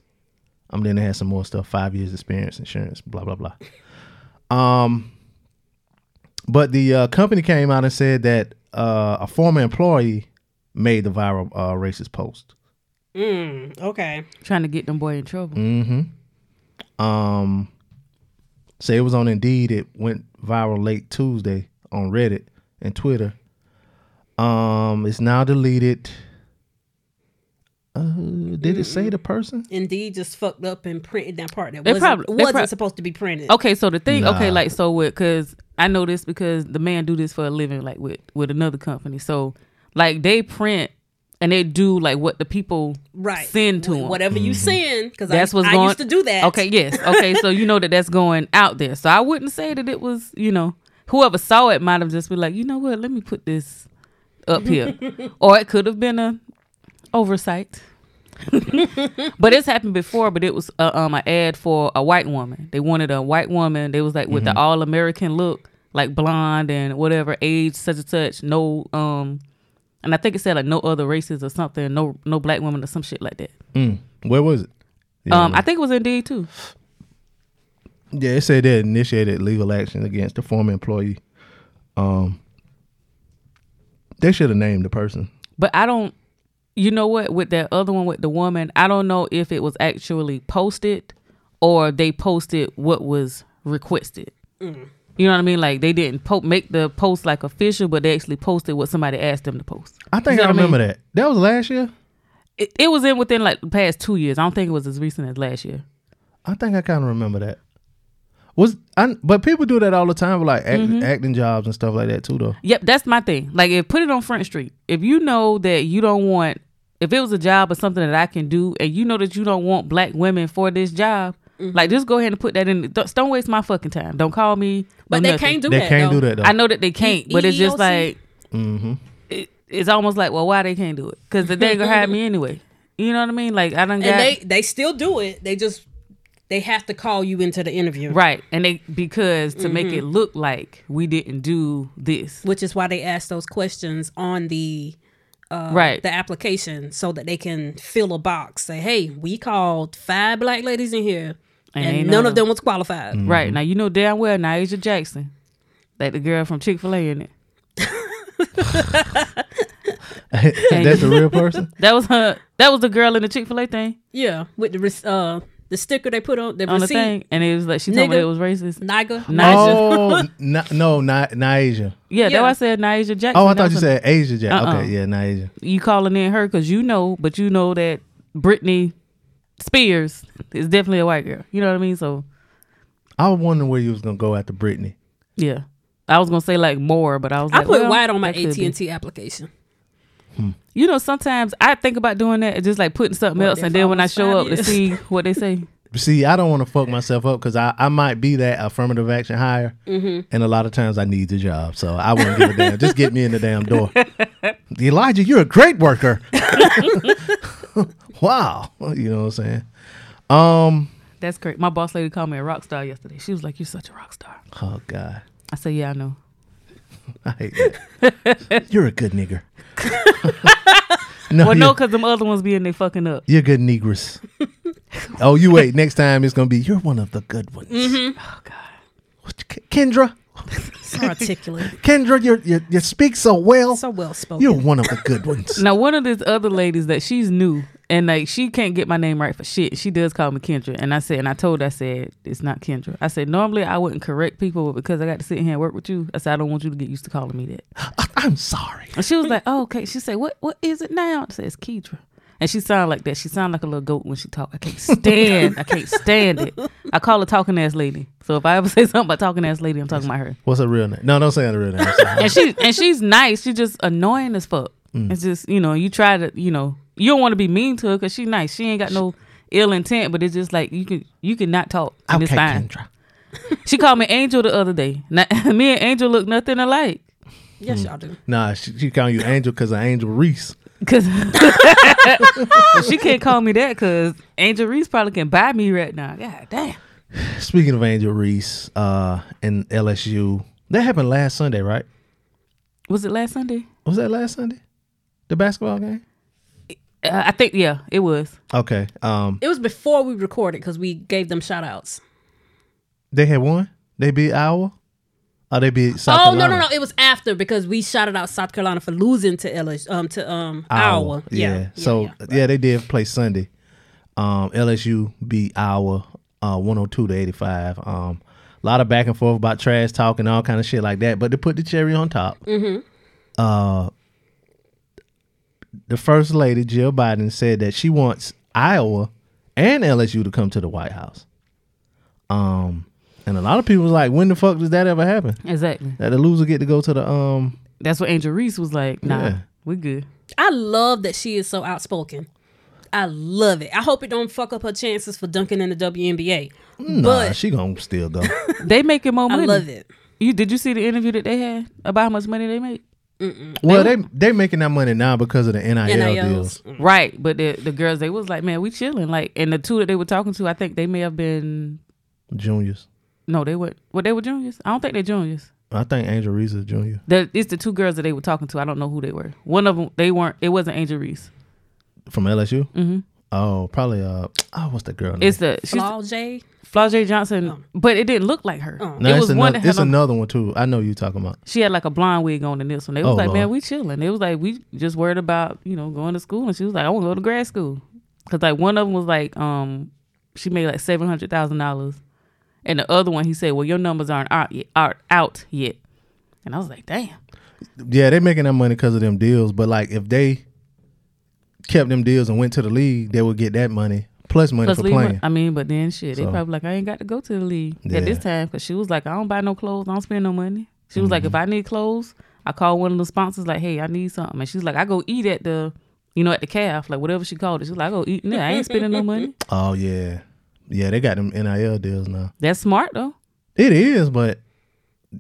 I'm then it has some more stuff, 5 years experience, insurance, blah blah blah. Um but the uh, company came out and said that uh, a former employee made the viral uh, racist post. Okay. Trying to get them boy in trouble. Um, say it was on Indeed. It went viral late Tuesday on Reddit and Twitter. Um, it's now deleted. Uh, did it say the person? Indeed just fucked up and printed that part that They wasn't, probably- they wasn't prob- supposed to be printed. Okay, so the thing. Okay, Nah. like so what? Because I know this because the man do this for a living, like with with another company. So like they print and they do like what the people Right. send to Wh- them. Whatever you Mm-hmm. send, because That's I, what's I going. used to do that. Okay, yes. Okay, so you know that that's going out there. So I wouldn't say that it was. You know, whoever saw it might have just been like, you know what? Let me put this up here, or it could have been a oversight. but it's happened before. But it was a, um an ad for a white woman. They wanted a white woman. They was like with the all American look, like blonde and whatever age, such and such. No um. And I think it said like no other races or something, no no black women or some shit like that. Where was it? Yeah, Um, I think it was Indeed too. yeah, it said they initiated legal action against the former employee. Um, they should have named the person. But I don't. You know what? With that other one with the woman, I don't know if it was actually posted or they posted what was requested. You know what I mean? Like they didn't po- make the post like official, but they actually posted what somebody asked them to post. I think know I what I mean? remember that. That was last year. It, it was in within like the past two years. I don't think it was as recent as last year. I think I kind of remember that. Was I, but people do that all the time with like act, Mm-hmm. acting jobs and stuff like that too though. Yep, that's my thing. Like, if put it on Front Street. If you know that you don't want, if it was a job or something that I can do, and you know that you don't want black women for this job, Mm-hmm. like just go ahead and put that in. Don't, don't waste my fucking time. Don't call me. But no they nothing. can't do E- They that. can't though. do that though. I know that they can't, but it's just EEOC? like, it, it's almost like, well, why they can't do it? Because they ain't gonna hire me anyway. You know what I mean? Like, I don't And got they, they still do it. They just, they have to call you into the interview. right, and they because to Mm-hmm. make it look like we didn't do this, Which is why they ask those questions on the right? the application so that they can fill a box. Say, hey, we called five black ladies in here, And and, ain't none none of them was qualified. Mm. Right. Now you know damn well Naija Jackson. Like the girl from Chick fil A in it. That's the real person. That was her that was the girl in the Chick fil A thing Yeah, with the res- uh the sticker they put on the on the receipt. thing. And it was like she told me Nigga. it was racist. Niger. Ni- Asia. Oh n- no, not Niasia. Yeah, that's why Yeah. I said Naija Jackson. Oh, I That thought was you her- said Asia Jack. Uh-uh. Okay, yeah, Niasia. you calling in her because you know, but you know that Britney Spears is definitely a white girl. You know what I mean? So I was wondering where you was gonna go after Britney. Yeah. I was gonna say like more, but I was. I like, put well, white on my that could AT be. and T application. You know, sometimes I think about doing that, just like putting something else, that and then when I follows show five up to years. see what they say, See, I don't want to fuck myself up because I, I might be that affirmative action hire, and a lot of times I need the job, so I wouldn't give a damn. Just get me in the damn door. Elijah, you're a great worker. wow, you know what I'm saying? Um, that's great. My boss lady called me a rock star yesterday. She was like, "You're such a rock star." oh god, I said, "Yeah, I know." I hate that. you're a good nigger. Well, no, you're, no, because them other ones being they fucking up. you're a good negress. oh, you wait. Next time it's gonna be you're one of the good ones. Oh god, Kendra. So articulate, Kendra, you you you speak so well. so well spoken. Oh. You're one of the good ones. Now, one of these other ladies that she's new, and like she can't get my name right for shit. She does call me Kendra, and I said, and I told, her, I said it's not Kendra. I said normally I wouldn't correct people, but because I got to sit here and work with you, I said I don't want you to get used to calling me that. I'm sorry. And she was like, "Oh, okay." She said, "What? What is it now?" I said, "It's Kedra." And she sounded like that. She sounded like a little goat when she talked. I can't stand. I can't stand it. I call her talking ass lady. So if I ever say something about talking ass lady, I'm talking about her. What's her real name? No, don't say her real name. I'm sorry. And she and she's nice. She's just annoying as fuck. Mm. It's just you know you try to you know you don't want to be mean to her because she's nice. She ain't got no ill intent, but it's just like you can you can not talk. And it's okay, fine. Kendra. She called me Angel the other day. Now, me and Angel look nothing alike. yes, y'all do. Nah, she, she calling you Angel because of Angel Reese. Cause she can't call me that because Angel Reese probably can buy me right now. God damn. Speaking of Angel Reese uh, and LSU, that happened last Sunday, right? Was it last Sunday? Was that last Sunday? The basketball game? Uh, I think yeah, it was. Okay. Um, It was before we recorded because we gave them shout outs. they had one. They beat Iowa. Oh, they beat South Oh no Carolina. no no! It was after because we shouted out South Carolina for losing to LS um to um Iowa. Yeah. So yeah. yeah, they did play Sunday. Um, LSU beat Iowa uh, 102 to 85. Um, a lot of back and forth about trash talk and all kind of shit like that. But they put the cherry on top. Mm-hmm. Uh, the first lady Jill Biden said that she wants Iowa and LSU to come to the White House. Um, and a lot of people was like, when the fuck does that ever happen? Exactly. That the loser get to go to the um That's what Angel Reese was like. Nah, Yeah. we good. I love that she is so outspoken. I love it. I hope it don't fuck up her chances for dunking in the WNBA. nah, but she gonna still go. They making more I money. love it. You did you see the interview that they had about how much money they make? Well, they they making that money now because of the NIL NILs. deals. Right, but the the girls they was like, man, we chilling. Like, and the two that they were talking to, I think they may have been Juniors. no, they were well, they were juniors. I don't think they're juniors. I think Angel Reese is a junior. The, it's the two girls that they were talking to. I don't know who they were. One of them, they weren't. It wasn't Angel Reese. From LSU? Mm-hmm. Oh, probably uh oh what's that girl name? It's the she's Flaw J. Flaw J Johnson, but it didn't look like her. no, it it's was another, one that had it's on- another one too. I know you talking about. she had like a blonde wig on in this one. They was Oh, like, man, Lord. we chilling. It was like we just worried about you know going to school, and she was like, I want to go to grad school because like one of them was like, um, she made like seven hundred thousand dollars, and the other one he said, well, your numbers aren't out yet, are out yet, and I was like, damn. Yeah, they making that money because of them deals, but like if they kept them deals and went to the league, they would get that money plus money Plus, for leave playing. I mean, but then shit, So- they probably like I ain't got to go to the league at this Yeah. time because she was like, I don't buy no clothes, I don't spend no money. She was Mm-hmm. like, if I need clothes, I call one of the sponsors like, hey, I need something, and she's like, I go eat at the, you know, at the calf, like whatever she called it. She's like, I go eat in there. I ain't spending no money. Oh yeah. Yeah, they got them NIL deals now. That's smart though. It is, but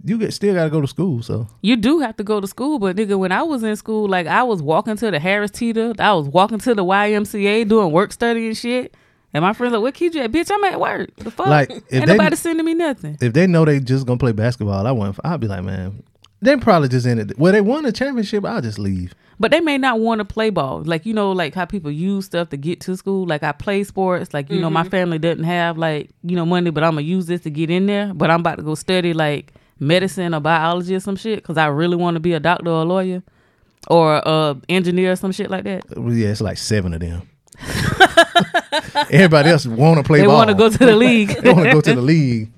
you get still gotta go to school, so You do have to go to school, but nigga, when I was in school, like I was walking to the Harris Teeter, I was walking to the YMCA doing work study and shit. And my friends like, "What kid you at, bitch? I'm at work. The fuck? Like, if ain't they- nobody sending me nothing." if they know they just gonna play basketball, I wouldn't. I'd be like, man, they probably just ended. Well, they won the championship. I'll just leave. But they may not want to play ball. Like, you know, like how people use stuff to get to school. Like, I play sports. Like, you know, my family doesn't have, like, you know, money, but I'm going to use this to get in there. But I'm about to go study, like, medicine or biology or some shit because I really want to be a doctor or a lawyer or a engineer or some shit like that. Well, yeah, it's like seven of them. Everybody else want to play They ball. want to go to the league. they want to go to the league.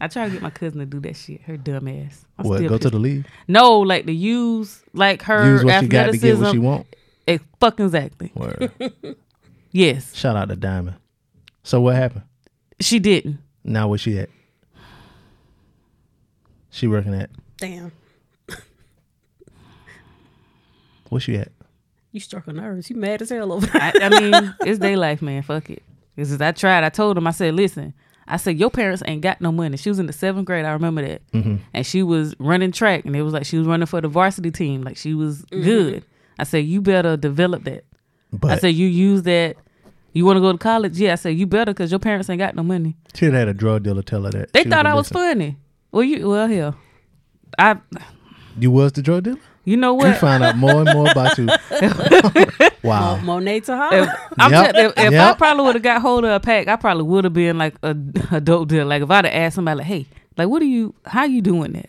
I try to get my cousin to do that shit. Her dumb ass. I'm What? still Go to pissed. the league. No, like, to use, like, her Use what she got to athleticism. get what she want. Ex- fucking exactly. Word. Yes. Shout out to Diamond. So what happened? She didn't. Now where she at? She working at Damn. where she at? You struck a nerves. You mad as hell over that. I, I mean, it's day life, man. Fuck it. This is I tried. I told him. I said, listen. I said your parents ain't got no money. She was in the seventh grade. I remember that, and she was running track, and it was like she was running for the varsity team. Like she was good. I said you better develop that. But I said you use that. You want to go to college? Yeah. I said you better because your parents ain't got no money. she had a drug dealer tell her that. They She thought would've I was listened. funny. Well, you well hell, I. You was the drug dealer. You know We what? find out more and more about you. wow. Monet if, Taha. I'm Yep. tell- if, if I Yep. probably would have got hold of a pack, I probably would have been like a, a dope dealer. Like if I'd have asked somebody, like, "Hey, like, what are you? How you doing that?"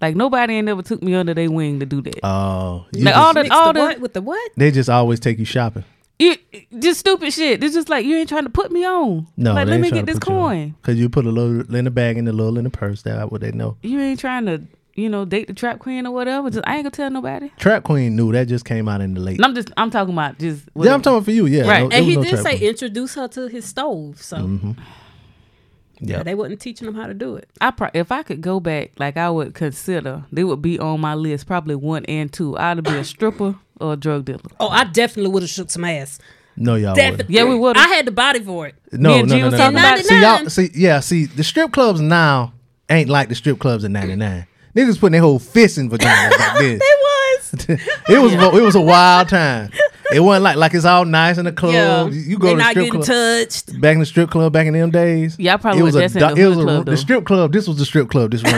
Like nobody ain't ever took me under their wing to do that. Oh, you Like, just- all the- Mixed all the the- what with the what? they just always take you shopping. you just stupid shit. It's just like you ain't trying to put me on. No, like they let ain't me trying get to this put you on. coin. Cause you put a little in the bag and a little in the purse. That what they know. You, ain't trying to, you know, date the trap queen or whatever. Just I ain't gonna tell nobody. Trap Queen knew that just came out in the late. And I'm just I'm talking about just yeah, I'm talking about for you. Yeah, Right. no- there And was he no did Trap Mm-hmm. say Queen. introduce her to his stove. So Yeah. they wasn't teaching him how to do it. I pro- if I could go back, like I would consider, they would be on my list probably one and two. I'd be a stripper or a drug dealer. Oh, I definitely would have shook some ass. No, y'all. Definitely. wouldn't. Yeah, we would've. I had the body for it. Me No, and no, G no, was no, talking no. about it. See y'all. 99. See, yeah. See, the strip clubs now ain't like the strip clubs in '99. Niggas putting their whole fist in vaginas like this. was. it was it was a wild time. It wasn't like like it's all nice in the club. You you go they to the not strip getting club. touched. Back in the strip club, back in them days, Yeah, I probably it was would a dance in dark- the it was hood a club, the though. strip club. This was the strip club. This room,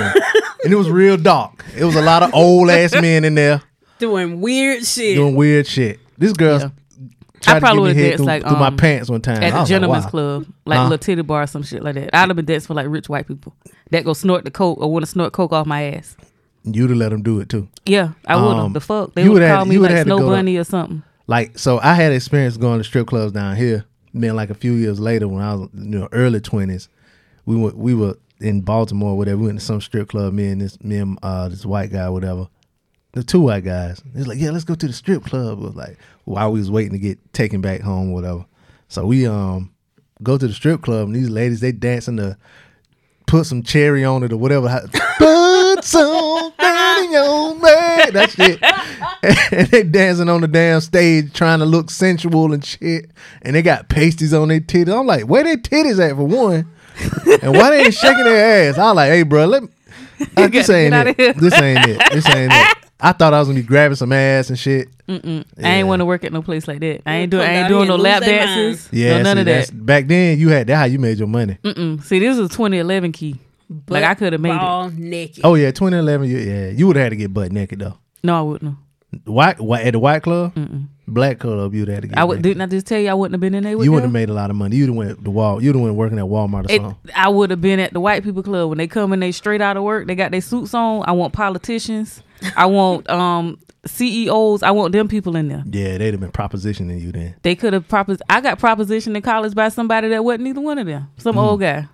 and it was real dark. It was a lot of old ass men in there Doing weird shit. doing weird shit. This girl Yeah. tried I probably to would've give me head danced through, like, through my um, pants one time I at the was like, gentleman's wow. club, like Huh? little titty bar or some shit like that. I'd have been dancing for like rich white people that go snort the coke or want to snort coke off my ass. You'd have let them do it too. Yeah, I would have. Um, The fuck, they you would would've had- call me you would've like had to Snow go to- Bunny or something. Like so, I had experience going to strip clubs down here. Then like a few years later, when I was you know early twenties, we were we were in Baltimore, or whatever. We went to some strip club. Me and this me and uh, this white guy, or whatever. The two white guys. It's like, yeah, let's go to the strip club. It was like while we was waiting to get taken back home, or whatever. So we um go to the strip club, and these ladies they dancing to put some cherry on it or whatever. How- Put some cherry on it. That shit. and they dancing on the damn stage trying to look sensual and shit. And they got pasties on their titties. I'm like, where their titties at for one? And why they ain't shaking their ass? I was like, hey, bro, let me. Uh, this gotta ain't get outta here. it. This ain't it. This ain't it. I thought I was gonna be grabbing some ass and shit. I ain't want to work at no place like that. I ain't Come doing. I down ain't here doing no and lap lose they dances. Yeah, no, none see, of that's- that. Back then, you had that. How you made your money? Mm. See, this is 2011 key. like I could have made it. All naked. Oh yeah, 2011. you- Yeah, you would have had to get butt naked though. No, I wouldn't. have. White, white at the white club, black club. You'd have had to get. I would. naked. Didn't I just tell you I wouldn't have been in there with You would them? have made a lot of money. You'd have went to wall. You'd have went working at Walmart or It, something. I would have been at the white people club when they come and they straight out of work. They got their suits on. I want politicians. I want um CEOs. I want them people in there. Yeah, they'd have been propositioning you then. They could have propos. I got propositioned in college by somebody that wasn't either one of them. Some Mm. old guy.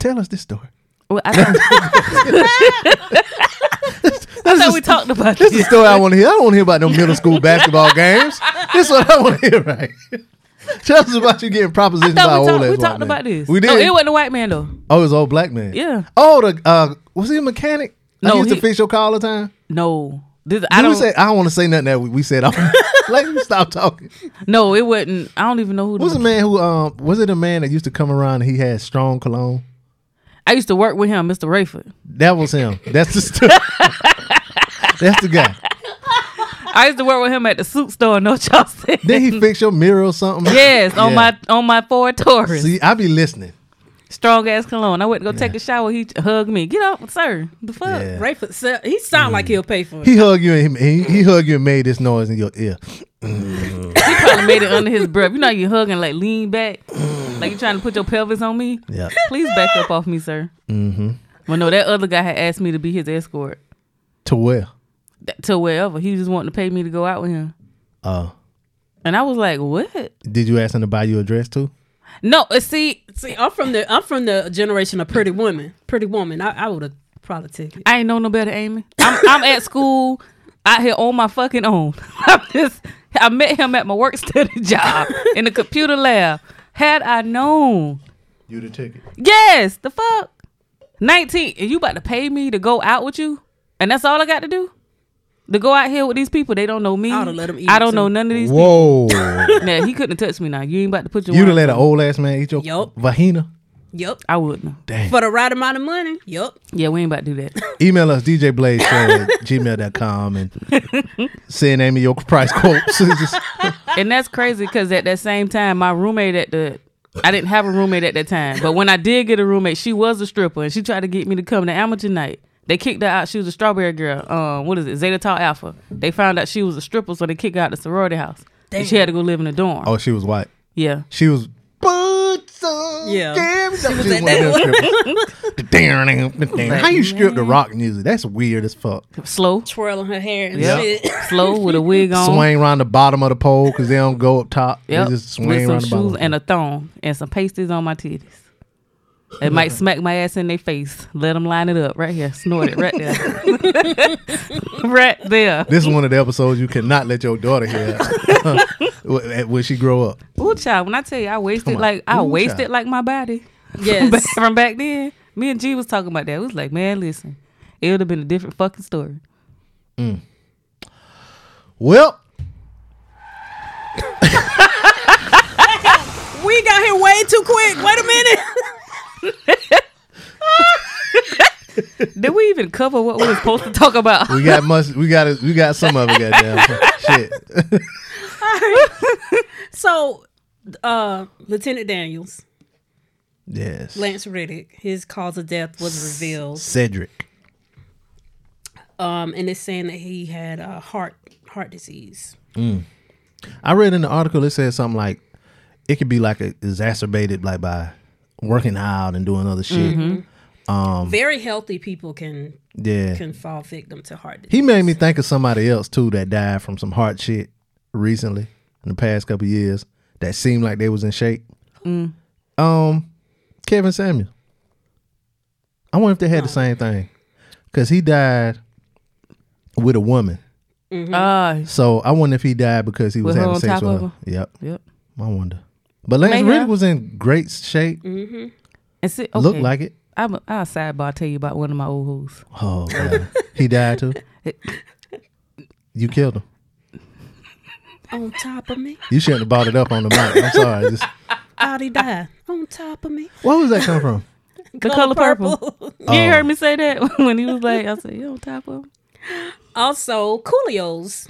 Tell us this story. Well, I thought, I thought we talked about This is this. the story I want to hear. I don't want to hear about no middle school basketball games. This is what I want to hear, right? Tell us about you getting propositioned by Thought an we talked, we old ass white talked man. about this. We did. No, it wasn't a white man though. oh, it was old black man. Yeah. Oh, the uh, was he a mechanic? I No, used to he- fix your car all the time. No, this, I Did don't. we say I don't want to say nothing that we, we said. Let me stop talking. no, it wasn't. I don't even know who. Who's the The, man who um was it a man that used to come around and he had strong cologne? I used to work with him, Mr. Rayford. That was him. That's the story. That's the guy. I used to work with him at the suit store. No, y'all said. Then he fix your mirror or something. Yes, on Yeah. my on my Ford Taurus, See, I be listening. strong ass cologne. I went to go take a shower. He hugged me. Get up, sir. The fuck? Yeah. Mm. Rayford, sell- he sound like he'll pay for it. He hug you and he, he hug you and made this noise in your ear. He probably made it under his breath. You know, how you hugging like lean back, like you trying to put your pelvis on me. Yeah. Please back up off me, sir. Mm-hmm. Well, no, that other guy had asked me to be his escort to where? th- to wherever. He just wanted to pay me to go out with him, Uh, and I was like, "What? did you ask him to buy you a dress too? No, uh, see, See, I'm from the I'm from the generation of pretty women. Pretty woman. I, I would have probably taken it. I ain't know no better, Amy. I'm, I'm at school out here on my fucking own. I'm just, I met him at my work study job in the computer lab. Had I known, You the ticket. yes, the fuck. 19 and you about to pay me to go out with you and that's all i got to do to go out here with these people they don't know me I'd've let 'em eat i it, don't too. know none of these Whoa. people now he couldn't touch me now you ain't about to put your you done arm- let an old ass man eat your Yup. vagina? Yep. i wouldn't Damn. For the right amount of money. Yep. yeah we ain't about to do that Email us djblaze at gmail.com and send Amy your price quotes. It's just- and that's crazy because at that same time, my roommate at the I didn't have a roommate at that time, but when I did get a roommate, she was a stripper and she tried to get me to come to amateur night. They kicked her out. She was a strawberry girl. Um, what is it? Zeta Tau Alpha. They found out she was a stripper, so they kicked her out the sorority house. And she had to go live in a dorm. oh, she was white. Yeah. She was. Yeah. She was at How you strip the rock music? That's weird as fuck. Slow. Twirling her hair and Yeah. shit. Slow with a wig on. Swing around the bottom of the pole because they don't go up top. Yep. They just with swing some around the shoes bottom. and a thong and some pasties on my titties. It might smack my ass in their face. Let them line it up right here. Snort it right there. right there. this is one of the episodes you cannot let your daughter hear when when she grow up. Ooh, child, when I tell you I Come wasted on. like I Ooh, wasted child. like my body Yes. from back then. Me and G was talking about that. It was like, man, listen, it would have been a different fucking story. Well, we got here way too quick. Wait a minute. Did we even cover what we were supposed to talk about? we got much. We got it. We got some of it. Goddamn shit. So, uh, Lieutenant Daniels, Yes. Lance Riddick, his cause of death was revealed. Cedric. Um, and it's saying that he had uh, heart heart disease. I read in the article it said something like it could be like exacerbated like by working out and doing other shit. Very healthy people can Yeah. can fall victim to heart disease. He made me think of somebody else too that died from some heart shit recently in the past couple of years that seemed like they was in shape. Mm. Um, Kevin Samuel. I wonder if they had the same thing because he died with a woman. Uh, So I wonder if he died because he was With her having on sex top of with her. Yep, yep. I wonder. But Lance Maybe. Riddick was in great shape. And see, okay, Looked like it. I'm, I'll sidebar tell you about one of my old hoes. Oh, God. he died too. You killed him. on top of me. You shouldn't have brought it up on the mic. I'm sorry. Just, How'd he die? on top of me. where was that come from? The color, purple. You Um, ain't heard me say that when he was like, I said, you on top of him? also, Coolio's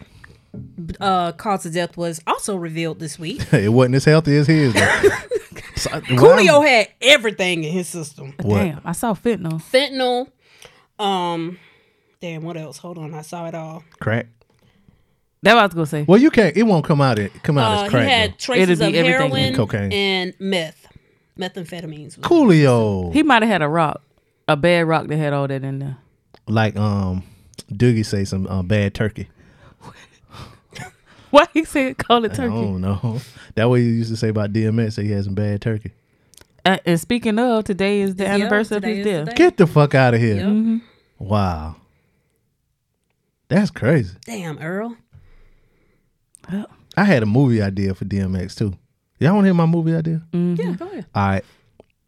uh, cause of death was also revealed this week. it wasn't as healthy as his. Though. So, Coolio why- had everything in his system. What? Damn, I saw fentanyl. Fentanyl. Um, damn, what else? Hold on, I saw it all. crack. That what I was gonna say. Well, you can't. It won't come out. It Oh, come out Uh, as he crack. had traces It'll of be everything. heroin And cocaine. and meth, methamphetamines. though. Coolio, He might have had a rock, a bad rock that had all that in there. like um, Doogie say some uh, bad turkey. Why he said call it I turkey? don't know. That way you used to say about DMX that he had some bad turkey. Uh, and speaking of, today is the Yeah, anniversary of today his is death. the day. Get the fuck out of here! Yep. Wow, that's crazy. Damn, Earl. I had a movie idea for DMX too. Y'all want to hear my movie idea? Mm-hmm. Yeah, Oh, go ahead. All right.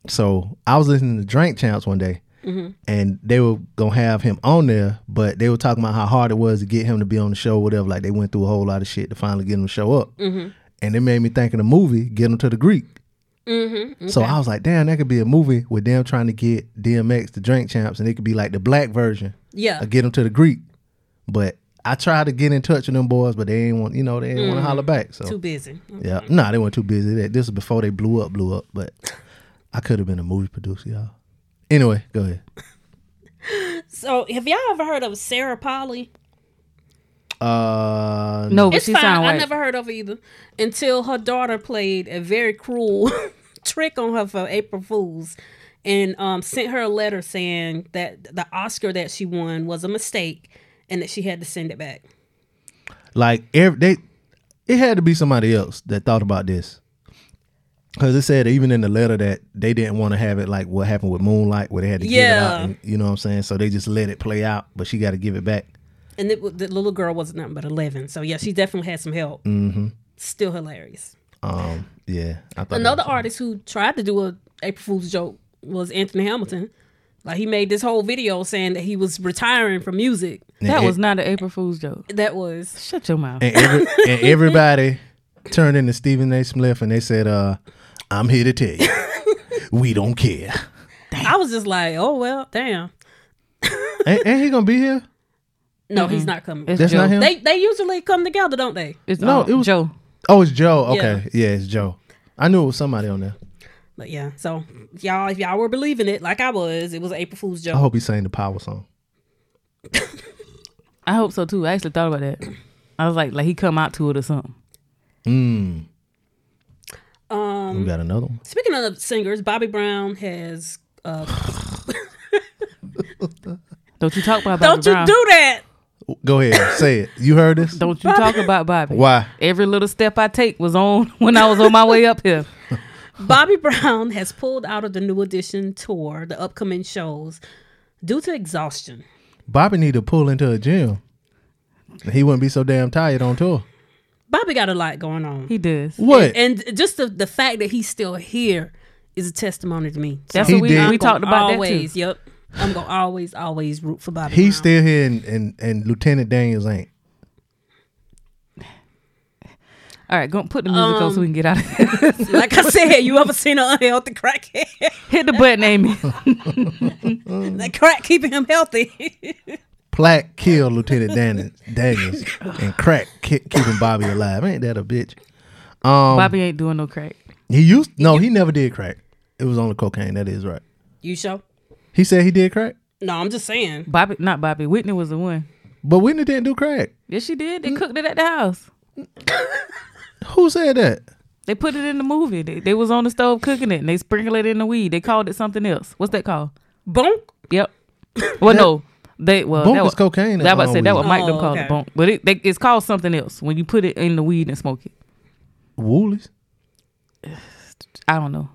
So I was listening to Drink Champs one day, and they were gonna have him on there, but they were talking about how hard it was to get him to be on the show, whatever. Like they went through a whole lot of shit to finally get him to show up, and it made me think of the movie Get Him to the Greek. So I was like, damn, that could be a movie with them trying to get DMX to Drink Champs, and it could be like the black version Yeah, I get them to the Greek, but I tried to get in touch with them boys, but they ain't want, you know, they ain't want to holler back. So too busy. yeah, no, nah, they weren't too busy. They- This was before they blew up, blew up. But I could have been a movie producer, y'all. Anyway, go ahead. So, have y'all ever heard of Sarah Polly? Uh, No, but It's she fine. sound I white. never heard of her either until her daughter played a very cruel trick on her for April Fools and um, sent her a letter saying that the Oscar that she won was a mistake and that she had to send it back. like every, they, it had to be somebody else that thought about this, because it said even in the letter that they didn't want to have it like what happened with Moonlight, where they had to give it out. Yeah. And, you know what I'm saying? So they just let it play out, but she got to give it back. And it, wa- the little girl wasn't nothing but 11. So, yeah, she definitely had some help. Mm-hmm. Still hilarious. Um, yeah, I thought that Another was- artist who tried to do a April Fool's joke was Anthony Hamilton. Like he made this whole video saying that he was retiring from music. That And- was not an April Fool's joke. That was Shut your mouth. and, every, and everybody turned into Stephen A. Smith and they said, uh, I'm here to tell you, we don't care. I was just like, oh well, damn. Ain't, ain't he gonna be here? No, he's not coming. It's That's Joe. not him. They they usually come together, don't they? It's No, no, it was- Joe. Oh, it's Joe. Okay, yeah. it's Joe. I knew it was somebody on there. But yeah, so y'all, if y'all were believing it, like I was, it was an April Fool's joke. I hope he sang the power song. I hope so too. I actually thought about that. I was like, like he come out to it or something. we got another one. Speaking of singers, Bobby Brown has. Uh, Don't you talk about Bobby don't you Brown. do that? Go ahead, say it. You heard this? Don't you talk about Bobby. Why? Every little step I take was on when I was on my way up here. Bobby Brown has pulled out of the New Edition tour, the upcoming shows, due to exhaustion. Bobby need to pull into a gym. He wouldn't be so damn tired on tour. Bobby got a lot going on. He does. What? and just the, the fact that he's still here is a testimony to me. So That's He what we, did. we talked about always, that too. yep. I'm gonna always, always root for Bobby. He's Brown. still here, and, and, and Lieutenant Daniels ain't. All right, go put the music on Um, so we can get out of here. like I said. You ever seen an unhealthy crackhead? Hit the button, Amy. Um, that crack keeping him healthy. Plaque killed Lieutenant Daniels, Daniels and crack ki- keeping Bobby alive. Ain't that a bitch? Bobby ain't doing no crack. He used no, he never did crack. It was only cocaine. That is right. you show? He said he did crack, No, I'm just saying. Bobby, not Bobby. Whitney was the one. but Whitney didn't do crack. Yes, she did. Mm. They cooked it at the house. Who said that? They put it in the movie. They, they was on the stove cooking it and they sprinkled it in the weed. They called it something else. What's that called? Bonk. Yep. Well, no. They well Bonk that is was cocaine That and, was uh, said that weed. what Mike them Oh, called okay. it bonk, but it they, it's called something else when you put it in the weed and smoke it. Woolies. I don't know.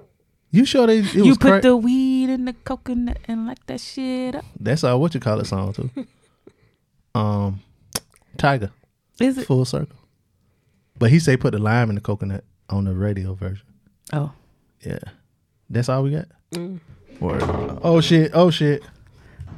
You sure they? It you was put crack? the weed in the coconut and like that shit up. That's our what you call it song too. um, Tiger, Is it? full circle. But he say put the lime in the coconut on the radio version. Oh, Yeah, that's all we got. Mm. Word. Oh shit! Oh shit!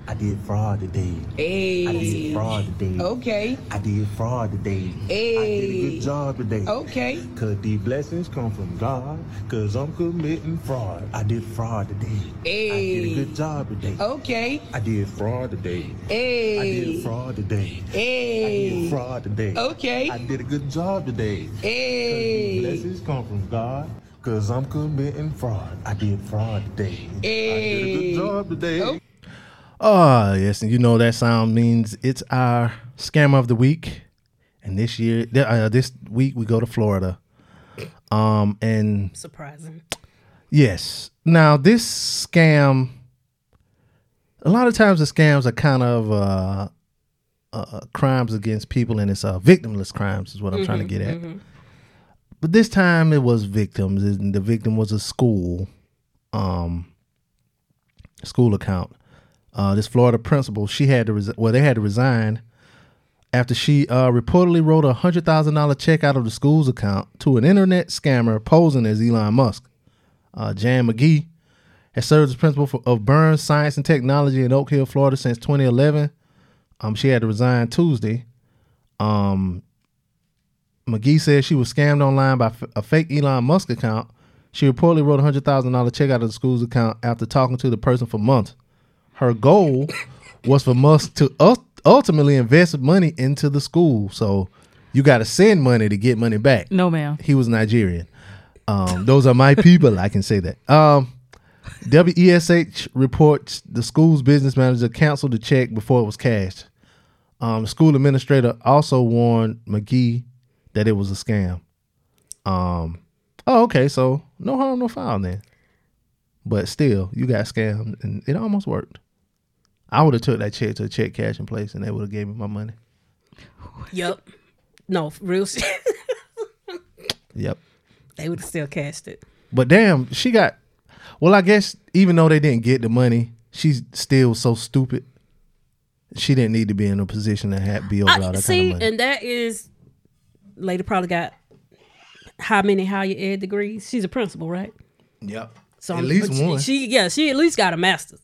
I did fraud today. I did fraud today. Okay. I did fraud today. I did a good job today. Okay. Cause these blessings come from God. Cause I'm committing fraud. I did fraud today. I did a good job today. Okay. I did fraud today. I did Hey. fraud today. I Hey. did fraud today. Okay. I did a good job today. These Hey. Blessings come from God. Cause I'm committing fraud. I did fraud today. I did a good job today. Ah, yes, and you know that sound means it's our scam of the week. And this year, th- uh, this week we go to Florida. Um, and Surprising. yes, now this scam. A lot of times the scams are kind of uh, uh, crimes against people, and it's uh, victimless crimes is what I'm trying to get at. But this time it was victims, and the victim was a school, um, school account. Uh, this Florida principal, she had to resi- well, they had to resign after she uh, reportedly wrote a hundred thousand dollar check out of the school's account to an internet scammer posing as Elon Musk. Uh, Jan McGee has served as principal for, of Burns Science and Technology in Oak Hill, Florida, since 2011. Um, she had to resign Tuesday. Um, McGee says she was scammed online by f- a fake Elon Musk account. She reportedly wrote a hundred thousand dollar check out of the school's account after talking to the person for months. Her goal was for Musk to ul- ultimately invest money into the school. So you got to send money to get money back. no, ma'am. He was Nigerian. Um, those are my people. I can say that. Um, WESH reports the school's business manager canceled the check before it was cashed. Um, the school administrator also warned McGee that it was a scam. Um, oh, okay. So no harm, no foul then. But still, you got scammed, and it almost worked. I would have took that check to a check cash in place, and they would have gave me my money. Yep. No, real shit. Yep. they would have still cashed it. But damn, she got. Well, I guess even though they didn't get the money, she's still so stupid. She didn't need to be in a position to have, be over all I, Oh, that see, kind of money. and that is lady probably got how many higher ed degrees? She's a principal, right? yep. So At I'm- least but she- one. Mm-hmm. She yeah, she at least got a master's.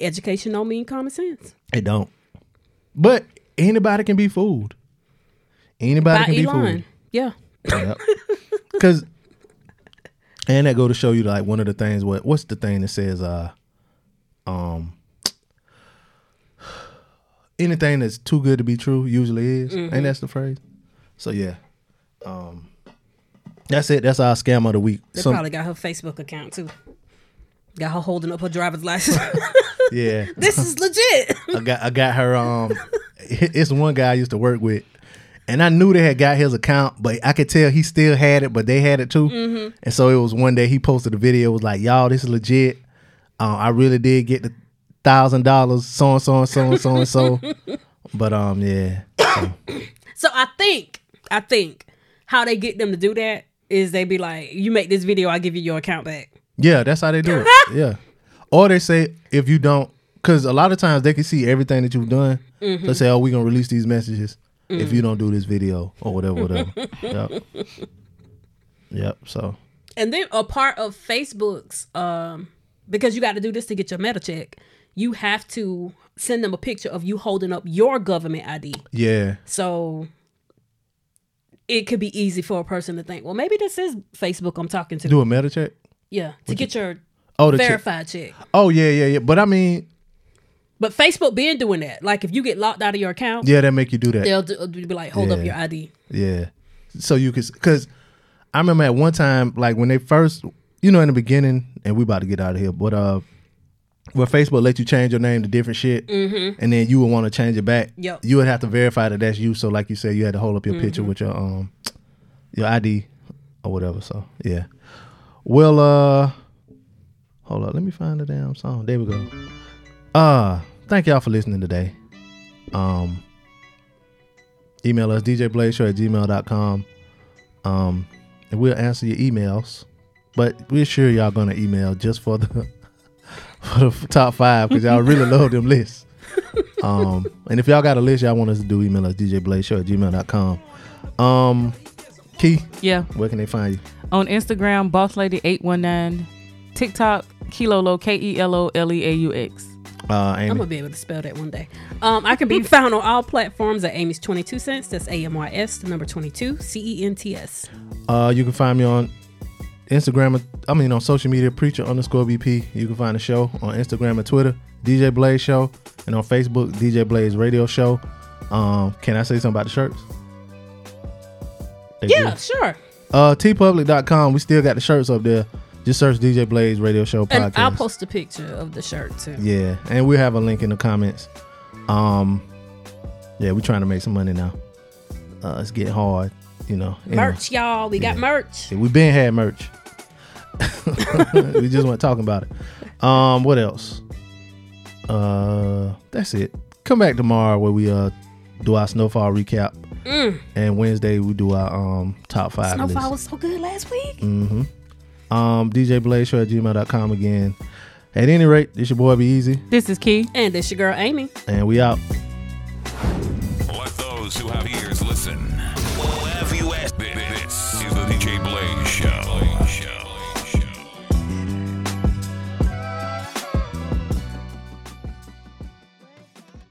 education don't mean common sense. It don't. But anybody can be fooled. Anybody By can Elon. Yeah. be fooled. Because, and that go to show you like one of the things. What what's the thing that says uh, um, anything that's too good to be true usually is, and that's the phrase. So yeah, um, that's it. That's our scam of the week. They Some- probably got her Facebook account too. Got her holding up her driver's license. yeah, this is legit. I got I got her. Um, it's one guy I used to work with, and I knew they had got his account, but I could tell he still had it, but they had it too. And so it was one day he posted a video, was like, "Y'all, this is legit. Um, I really did get the thousand dollars, so and so and so and so and so." But um, yeah, So I think, I think how they get them to do that is they be like, you make this video, I give you your account back. yeah, that's how they do it. yeah, or they say if you don't, because a lot of times they can see everything that you've done. They say, "Oh, we're gonna release these messages." If you don't do this video or whatever, whatever. yep. Yep. So And then a part of Facebook's, um, because you got to do this to get your meta check, you have to send them a picture of you holding up your government ID. Yeah, So it could be easy for a person to think, well, maybe this is Facebook I'm talking to. do a meta check. yeah, to get your Oh, the check. verified check. Oh yeah, yeah, yeah. But I mean, But Facebook been doing that. Like if you get locked out of your account, yeah, they make you do that. they'll, do, they'll be like, hold up Yeah. your ID. Yeah. So you could, because I remember at one time, like when they first, you know, in the beginning, and we about to get out of here, but uh, where Facebook let you change your name to different shit, and then you would want to change it back. Yep. You would have to verify that that's you. So like you said, you had to hold up your picture with your um, your ID or whatever. So yeah. Well, uh, hold up, let me find the damn song. There we go. Uh, thank y'all for listening today. Um, email us djbladeshow at gmail.com um and we'll answer your emails but we're sure y'all gonna email just for the for the top five because y'all really love them lists um and if y'all got a list y'all want us to do email us djbladeshow at gmail.com um key Yeah. where can they find you On Instagram, bosslady819. TikTok, Kilolo, K E L O L E A U X. uh I'm amy gonna be able to spell that one day. Um, I can be found on all platforms at Amy's 22 cents. That's A M Y S, the number 22, C E N T S. uh you can find me on instagram i mean on social media preacher underscore bp you can find the show on instagram and twitter dj blaze show and on facebook dj blaze radio show um can i say something about the shirts They Yeah, do. Mm. sure. Uh, tpublic.com. We still got the shirts up there. Just search DJ Blaze Radio Show And podcast. I'll post a picture of the shirt too. yeah, and we have a link in the comments. Um, yeah, we're trying to make some money now. Uh, it's getting hard, you know. you know. Merch, y'all. We got Yeah. merch. Yeah, we been had merch. we just weren't talking about it. Um, what else? Uh, that's it. Come back tomorrow where we uh do our snowfall recap, and Wednesday we do our um top five. list. Mm. Snowfall was so good last week. Um, DJ Blaze Show at gmail.com again. At any rate, it's your boy Be Easy, This is Key. And it's your girl Amy. and we out. Let those who have ears listen. This is the DJ Blaze Show.